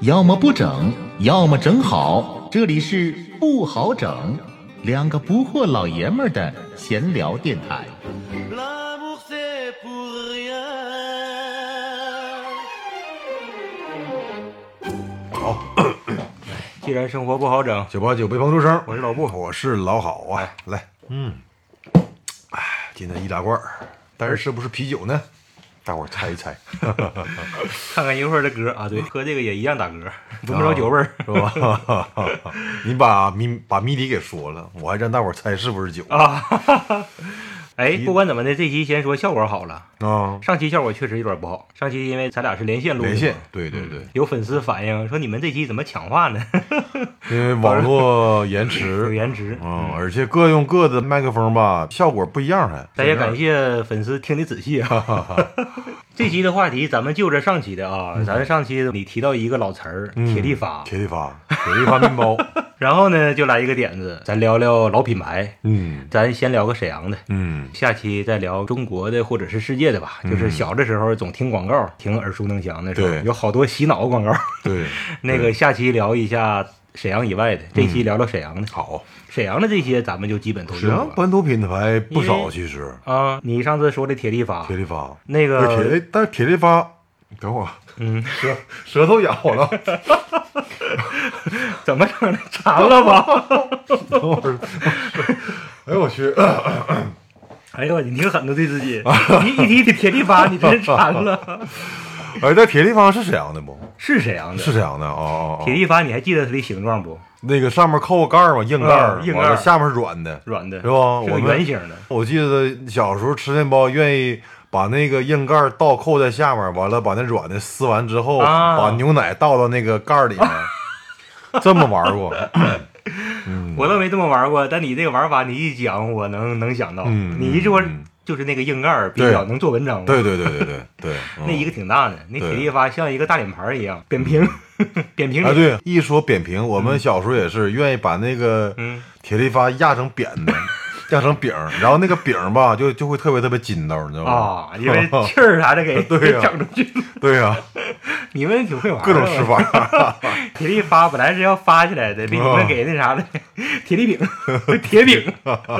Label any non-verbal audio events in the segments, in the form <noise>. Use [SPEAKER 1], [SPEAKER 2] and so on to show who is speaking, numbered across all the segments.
[SPEAKER 1] 要么不整，要么整好。这里是不好整，两个不惑老爷们儿的闲聊电台。
[SPEAKER 2] L'amour c'est pour rien.
[SPEAKER 3] 既然生活不好整，
[SPEAKER 4] 九八九北方出声，
[SPEAKER 3] 我是老布
[SPEAKER 4] 我是老好啊，来，嗯，哎，今天一大罐儿，但是是不是啤酒呢？大伙儿猜一猜，
[SPEAKER 3] 看看一会儿的歌啊，对，喝这个也一样打嗝， <laughs> 闻不着酒味儿。
[SPEAKER 4] <laughs> 是吧？ <laughs> 你把谜把谜底给说了，我还让大伙儿猜是不是酒
[SPEAKER 3] 哦 <laughs>
[SPEAKER 4] 啊？
[SPEAKER 3] 哎，不管怎么的，这期先说效果好了。上期效果确实有点不好，上期因为咱俩是连线录的嘛，
[SPEAKER 4] 啊连线，对对对，
[SPEAKER 3] 有粉丝反映说你们这期怎么抢话 <laughs> 呢？
[SPEAKER 4] 因为网络延
[SPEAKER 3] 有
[SPEAKER 4] 迟， <laughs>
[SPEAKER 3] 颜值。
[SPEAKER 4] 嗯，而且各用各的麦克风吧，效果不一样还。
[SPEAKER 3] 咱也感谢粉丝听得仔细啊。这期的话题咱们就着上期的啊，咱上期你提到一个老词儿
[SPEAKER 4] 嗯
[SPEAKER 3] 铁力发，
[SPEAKER 4] 铁力发，铁力发面 <laughs> 包，
[SPEAKER 3] 然后呢就来一个点子，咱聊聊老品牌，
[SPEAKER 4] 嗯
[SPEAKER 3] 咱先聊个沈阳的，
[SPEAKER 4] 嗯，
[SPEAKER 3] 下期再聊中国的或者是世界的吧，就是小的时候总听广告，挺耳熟能详的是吧
[SPEAKER 4] 对
[SPEAKER 3] 有好多洗脑广告。
[SPEAKER 4] 对，
[SPEAKER 3] 那个下期聊一下沈阳以外的，这期聊聊沈阳的。
[SPEAKER 4] 嗯好，
[SPEAKER 3] 沈阳的这些咱们就基本都
[SPEAKER 4] 沈
[SPEAKER 3] 用
[SPEAKER 4] 阳
[SPEAKER 3] 了
[SPEAKER 4] 本土品牌不
[SPEAKER 3] 因为
[SPEAKER 4] 少，其实
[SPEAKER 3] 啊。你上次说的铁力发
[SPEAKER 4] 铁，力发。
[SPEAKER 3] 那
[SPEAKER 4] 不是铁
[SPEAKER 3] 个
[SPEAKER 4] 力，但是铁力发，等会儿，
[SPEAKER 3] 啊嗯，
[SPEAKER 4] <laughs> 舌舌头痒我了，
[SPEAKER 3] <laughs> 怎么整的？馋了吧？
[SPEAKER 4] 等会儿，哎呦我去，
[SPEAKER 3] <laughs>
[SPEAKER 4] <laughs>
[SPEAKER 3] 哎呦，你挺狠的对自己，你一提铁力
[SPEAKER 4] <laughs>
[SPEAKER 3] 发，你真是馋了。
[SPEAKER 4] 哎，但铁力发是沈阳的不？
[SPEAKER 3] 是沈阳的，
[SPEAKER 4] 是沈阳的哦哦
[SPEAKER 3] 铁
[SPEAKER 4] 哦，
[SPEAKER 3] 力发，你还记得它的形状不？
[SPEAKER 4] 那个上面扣个盖儿嘛，硬盖儿
[SPEAKER 3] 嗯，硬盖儿
[SPEAKER 4] 完了下面是软的，
[SPEAKER 3] 软的
[SPEAKER 4] 是吧？
[SPEAKER 3] 是
[SPEAKER 4] 我
[SPEAKER 3] 个
[SPEAKER 4] 们
[SPEAKER 3] 圆形的。
[SPEAKER 4] 我记得小时候吃面包，愿意把那个硬盖儿倒扣在下面，完了把那软的撕完之后，
[SPEAKER 3] 啊
[SPEAKER 4] 把牛奶倒到那个盖儿里面， <laughs> 这么玩过。
[SPEAKER 3] 我倒没这么玩过，但你这个玩法，你一讲，我能能想到。
[SPEAKER 4] 嗯
[SPEAKER 3] 你一说
[SPEAKER 4] 嗯
[SPEAKER 3] 就是那个硬盖儿比
[SPEAKER 4] 对
[SPEAKER 3] 较能做文章，，
[SPEAKER 4] <coughs> 对对对对对对，嗯
[SPEAKER 3] 那一个挺大的，那
[SPEAKER 4] 对
[SPEAKER 3] 铁力发像一个大脸盘儿一样，扁平， <laughs> 扁平
[SPEAKER 4] 啊，
[SPEAKER 3] 脸，
[SPEAKER 4] 对，一说扁平，我们小时候也是愿意把那个
[SPEAKER 3] 嗯
[SPEAKER 4] 铁力发压成扁
[SPEAKER 3] <laughs>
[SPEAKER 4] 的，压成饼儿，然后那个饼儿吧，就就会特别特别筋道，你知道吗？
[SPEAKER 3] 啊，
[SPEAKER 4] <laughs>
[SPEAKER 3] 因为气儿啥的给
[SPEAKER 4] 对呀
[SPEAKER 3] 给整出去了。
[SPEAKER 4] 对呀、
[SPEAKER 3] 你们挺会玩儿
[SPEAKER 4] 各
[SPEAKER 3] 的，
[SPEAKER 4] 种
[SPEAKER 3] <laughs>
[SPEAKER 4] 吃法。
[SPEAKER 3] 铁力发本来是要发起来的，被你们
[SPEAKER 4] 啊
[SPEAKER 3] 给那啥的铁力饼、铁饼。 <laughs>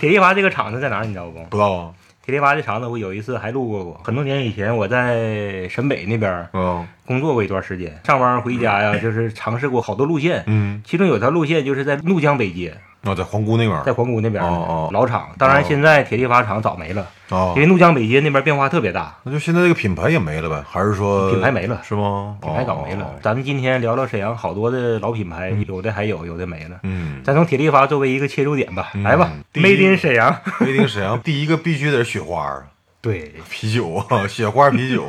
[SPEAKER 3] 铁力发这个厂子在哪儿？你知道不？
[SPEAKER 4] 不知道啊，
[SPEAKER 3] 铁力发这厂子，我有一次还路过过，很多年以前，我在沈北那边儿 <laughs>
[SPEAKER 4] 嗯
[SPEAKER 3] 工作过一段时间，上班回家呀，就是尝试过好多路线，
[SPEAKER 4] 嗯，
[SPEAKER 3] 其中有条路线就是在怒江北街，
[SPEAKER 4] 啊，在皇姑那边儿
[SPEAKER 3] 在皇姑那边
[SPEAKER 4] 哦哦
[SPEAKER 3] 老厂，当然
[SPEAKER 4] 哦
[SPEAKER 3] 现在铁力发厂早没了，
[SPEAKER 4] 啊
[SPEAKER 3] 因，为怒江北街那边变化特别大，
[SPEAKER 4] 那就现在这个品牌也没了呗？还是说
[SPEAKER 3] 品牌没了
[SPEAKER 4] 是吗？
[SPEAKER 3] 品牌早没
[SPEAKER 4] 哦
[SPEAKER 3] 了。咱们今天聊聊沈阳好多的老品牌，有的还有，有的没了。
[SPEAKER 4] 嗯，
[SPEAKER 3] 咱从铁力发作为一个切入点吧，
[SPEAKER 4] 嗯
[SPEAKER 3] 来吧
[SPEAKER 4] 第一
[SPEAKER 3] ，Made in 沈阳，
[SPEAKER 4] 北京沈阳第一个必须得是雪花儿
[SPEAKER 3] 对
[SPEAKER 4] 啤酒啊， <laughs> 雪花
[SPEAKER 3] <laughs>
[SPEAKER 4] 啤酒。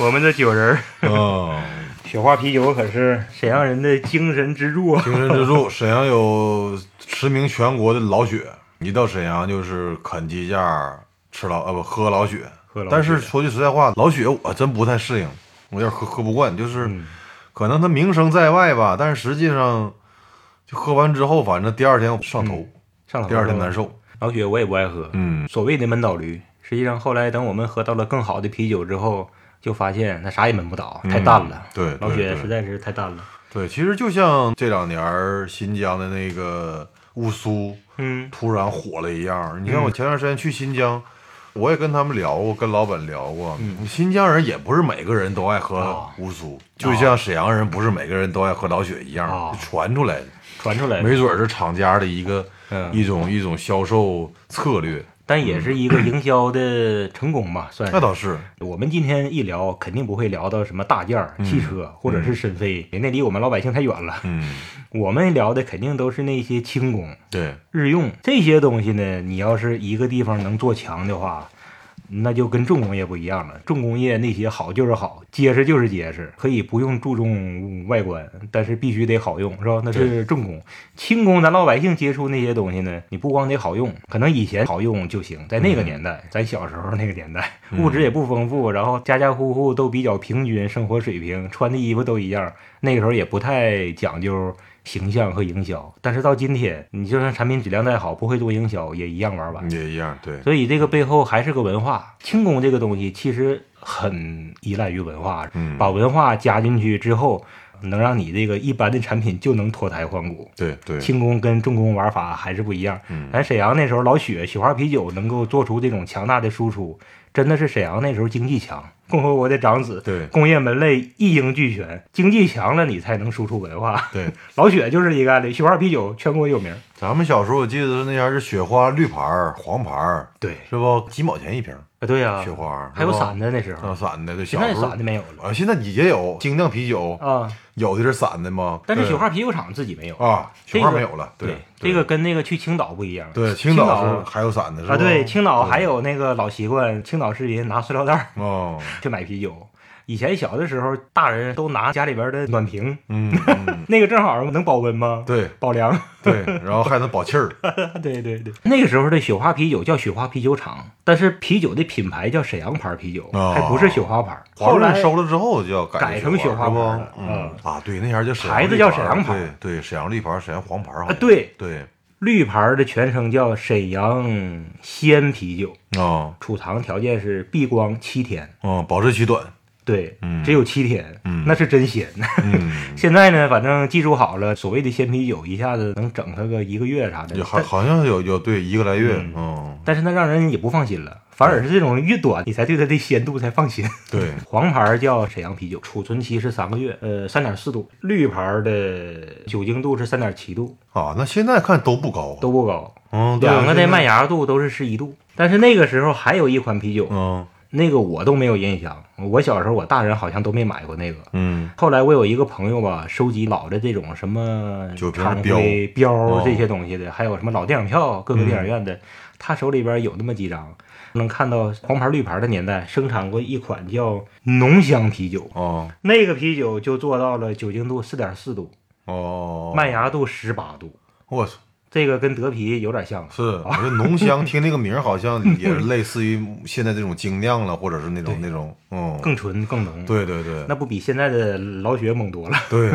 [SPEAKER 3] 我们的九人儿
[SPEAKER 4] 嗯，
[SPEAKER 3] 雪花啤酒可是沈阳人的精神支柱啊。
[SPEAKER 4] <laughs> 精神支柱，沈阳有驰名全国的老雪，一到沈阳就是啃鸡架、吃老呃不喝老雪
[SPEAKER 3] 喝老雪。
[SPEAKER 4] 但是说句实在话，老雪我真不太适应，我有点喝喝不惯，就是、
[SPEAKER 3] 嗯
[SPEAKER 4] 可能它名声在外吧，但是实际上就喝完之后，反正第二天我上头，
[SPEAKER 3] 嗯上头
[SPEAKER 4] 第二天难受。
[SPEAKER 3] 老雪我也不爱喝，
[SPEAKER 4] 嗯，
[SPEAKER 3] 所谓的闷倒驴，实际上后来等我们喝到了更好的啤酒之后，就发现它啥也闷不倒，太淡了。
[SPEAKER 4] 嗯对对
[SPEAKER 3] 老雪
[SPEAKER 4] 对
[SPEAKER 3] 实在是太淡了。
[SPEAKER 4] 对，其实就像这两年儿新疆的那个乌苏，
[SPEAKER 3] 嗯
[SPEAKER 4] 突然火了一样。你看我前段时间去新疆，我也跟他们聊过，跟老板聊过，新疆人也不是每个人都爱喝
[SPEAKER 3] 嗯哦
[SPEAKER 4] 乌苏，就像沈阳人不是每个人都爱喝老雪一样，
[SPEAKER 3] 哦
[SPEAKER 4] 就传出来的，
[SPEAKER 3] 传出来的
[SPEAKER 4] 没准儿是厂家的一个、
[SPEAKER 3] 嗯
[SPEAKER 4] 一种一种销售策略。
[SPEAKER 3] 但也是一个营销的成功吧，算
[SPEAKER 4] 那
[SPEAKER 3] 是。
[SPEAKER 4] 倒是，
[SPEAKER 3] 我们今天一聊，肯定不会聊到什么大件儿、汽车或者是沈飞，那离我们老百姓太远了。
[SPEAKER 4] 嗯，
[SPEAKER 3] 我们聊的肯定都是那些轻功、
[SPEAKER 4] 对，
[SPEAKER 3] 日用这些东西呢。你要是一个地方能做强的话，那就跟重工业不一样了。重工业那些好就是好，结实就是结实，可以不用注重外观，但是必须得好用，是吧？那是重工。轻工咱老百姓接触那些东西呢，你不光得好用，可能以前好用就行，在那个年代，咱小时候那个年代，物质也不丰富，然后家家户户都比较平均生活水平，穿的衣服都一样，那个时候也不太讲究。形象和营销。但是到今天，你就算产品质量再好，不会做营销也一样玩完。
[SPEAKER 4] 也一样，对，
[SPEAKER 3] 所以这个背后还是个文化。轻功这个东西其实很依赖于文化，
[SPEAKER 4] 嗯
[SPEAKER 3] 把文化加进去之后，能让你这个一般的产品就能脱胎换骨。
[SPEAKER 4] 对对，嗯
[SPEAKER 3] 轻功跟重功玩法还是不一样。咱沈阳那时候老雪雪花啤酒能够做出这种强大的输出，真的是沈阳那时候经济强， <laughs> 共和国的长子，
[SPEAKER 4] 对
[SPEAKER 3] 工业门类一应俱全，经济强了你才能输出文化。 <laughs>
[SPEAKER 4] 对，
[SPEAKER 3] 老雪就是一个案例，雪花啤酒全国有名。
[SPEAKER 4] 咱们小时候我记得是那家是雪花绿牌儿、黄牌儿，
[SPEAKER 3] 对，
[SPEAKER 4] 是不？几毛钱一瓶儿，
[SPEAKER 3] 啊对呀、
[SPEAKER 4] 雪花
[SPEAKER 3] 还有
[SPEAKER 4] 是吧
[SPEAKER 3] 伞的那时候
[SPEAKER 4] 啊，，散的对，
[SPEAKER 3] 现
[SPEAKER 4] 小
[SPEAKER 3] 在
[SPEAKER 4] 时候
[SPEAKER 3] 伞的没有了
[SPEAKER 4] 啊，现在也有精酿啤酒，
[SPEAKER 3] 啊，
[SPEAKER 4] 有的是散的吗？
[SPEAKER 3] 但是
[SPEAKER 4] 对
[SPEAKER 3] 雪花啤酒厂自己没有。
[SPEAKER 4] 啊，
[SPEAKER 3] 这
[SPEAKER 4] 雪花
[SPEAKER 3] 个
[SPEAKER 4] 没有了，对，
[SPEAKER 3] 这个跟那个去青岛不一样。
[SPEAKER 4] 对
[SPEAKER 3] 青
[SPEAKER 4] 青岛是还有散的是吧？哦
[SPEAKER 3] 啊，对，青岛还有那个老习惯，青岛市民拿塑料袋儿
[SPEAKER 4] 哦，
[SPEAKER 3] 去买啤酒。以前小的时候，大人都拿家里边的暖瓶，
[SPEAKER 4] 嗯，嗯
[SPEAKER 3] 那个正好能保温吗？，
[SPEAKER 4] 对
[SPEAKER 3] 保凉。 <laughs>
[SPEAKER 4] 对，然后还能保气儿，
[SPEAKER 3] 对对对，那个时候的雪花啤酒叫雪花啤酒厂，但是啤酒的品牌叫沈阳牌啤酒，
[SPEAKER 4] 哦
[SPEAKER 3] 还不是雪花牌。
[SPEAKER 4] 华
[SPEAKER 3] 后
[SPEAKER 4] 润
[SPEAKER 3] 来
[SPEAKER 4] 收了之后就要
[SPEAKER 3] 改
[SPEAKER 4] 成
[SPEAKER 3] 成雪花
[SPEAKER 4] 花是不
[SPEAKER 3] 牌了？
[SPEAKER 4] 嗯啊，对，那家叫沈阳
[SPEAKER 3] 牌子
[SPEAKER 4] 绿
[SPEAKER 3] 叫
[SPEAKER 4] 牌
[SPEAKER 3] 沈
[SPEAKER 4] 儿
[SPEAKER 3] 阳牌儿
[SPEAKER 4] 对对，沈阳绿牌儿、沈阳黄牌儿好
[SPEAKER 3] 啊
[SPEAKER 4] 像，
[SPEAKER 3] 对
[SPEAKER 4] 对
[SPEAKER 3] 绿牌的全称叫沈阳鲜啤酒，
[SPEAKER 4] 哦
[SPEAKER 3] 储藏条件是避光七天，
[SPEAKER 4] 哦，保质期短，
[SPEAKER 3] 对，
[SPEAKER 4] 嗯
[SPEAKER 3] 只有七天，
[SPEAKER 4] 嗯
[SPEAKER 3] 那是真鲜。 <laughs>
[SPEAKER 4] 嗯，
[SPEAKER 3] 现在呢，反正技术好了，所谓的鲜啤酒一下子能整它个一个月啥的
[SPEAKER 4] 有，好好像有有对一个来月，嗯，
[SPEAKER 3] 但是那让人也不放心了，反而是这种越短，你才对它的鲜度才放心。
[SPEAKER 4] 对，
[SPEAKER 3] 黄牌儿叫沈阳啤酒，储存期是三个月，呃，三点四度；绿牌儿的酒精度是三点七度，
[SPEAKER 4] 啊，那现在看都不高，啊
[SPEAKER 3] 都不高。
[SPEAKER 4] 嗯，对
[SPEAKER 3] 两个的
[SPEAKER 4] 现在
[SPEAKER 3] 麦芽度都是十一度，但是那个时候还有一款啤酒，
[SPEAKER 4] 嗯
[SPEAKER 3] 那个我都没有印象。我小时候，我大人好像都没买过那个。
[SPEAKER 4] 嗯
[SPEAKER 3] 后来我有一个朋友吧，收集老的这种什么
[SPEAKER 4] 酒瓶
[SPEAKER 3] 厂
[SPEAKER 4] 标
[SPEAKER 3] 徽标
[SPEAKER 4] 哦嗯
[SPEAKER 3] 这些东西的，还有什么老电影票，各个电影院的，他手里边有那么几张，能看到黄牌绿牌的年代生产过一款叫浓香啤酒，
[SPEAKER 4] 哦
[SPEAKER 3] 那个啤酒就做到了酒精度四点四度，
[SPEAKER 4] 哦，
[SPEAKER 3] 麦芽度十八度，
[SPEAKER 4] 我操。
[SPEAKER 3] 这个跟德啤有点像。
[SPEAKER 4] 是，我觉得浓香听这个名儿好像也是类似于现在这种精酿了，或者是那种那种，嗯，
[SPEAKER 3] 更纯更浓，
[SPEAKER 4] 对对对，
[SPEAKER 3] 那不比现在的老雪猛多了？ <laughs>
[SPEAKER 4] 对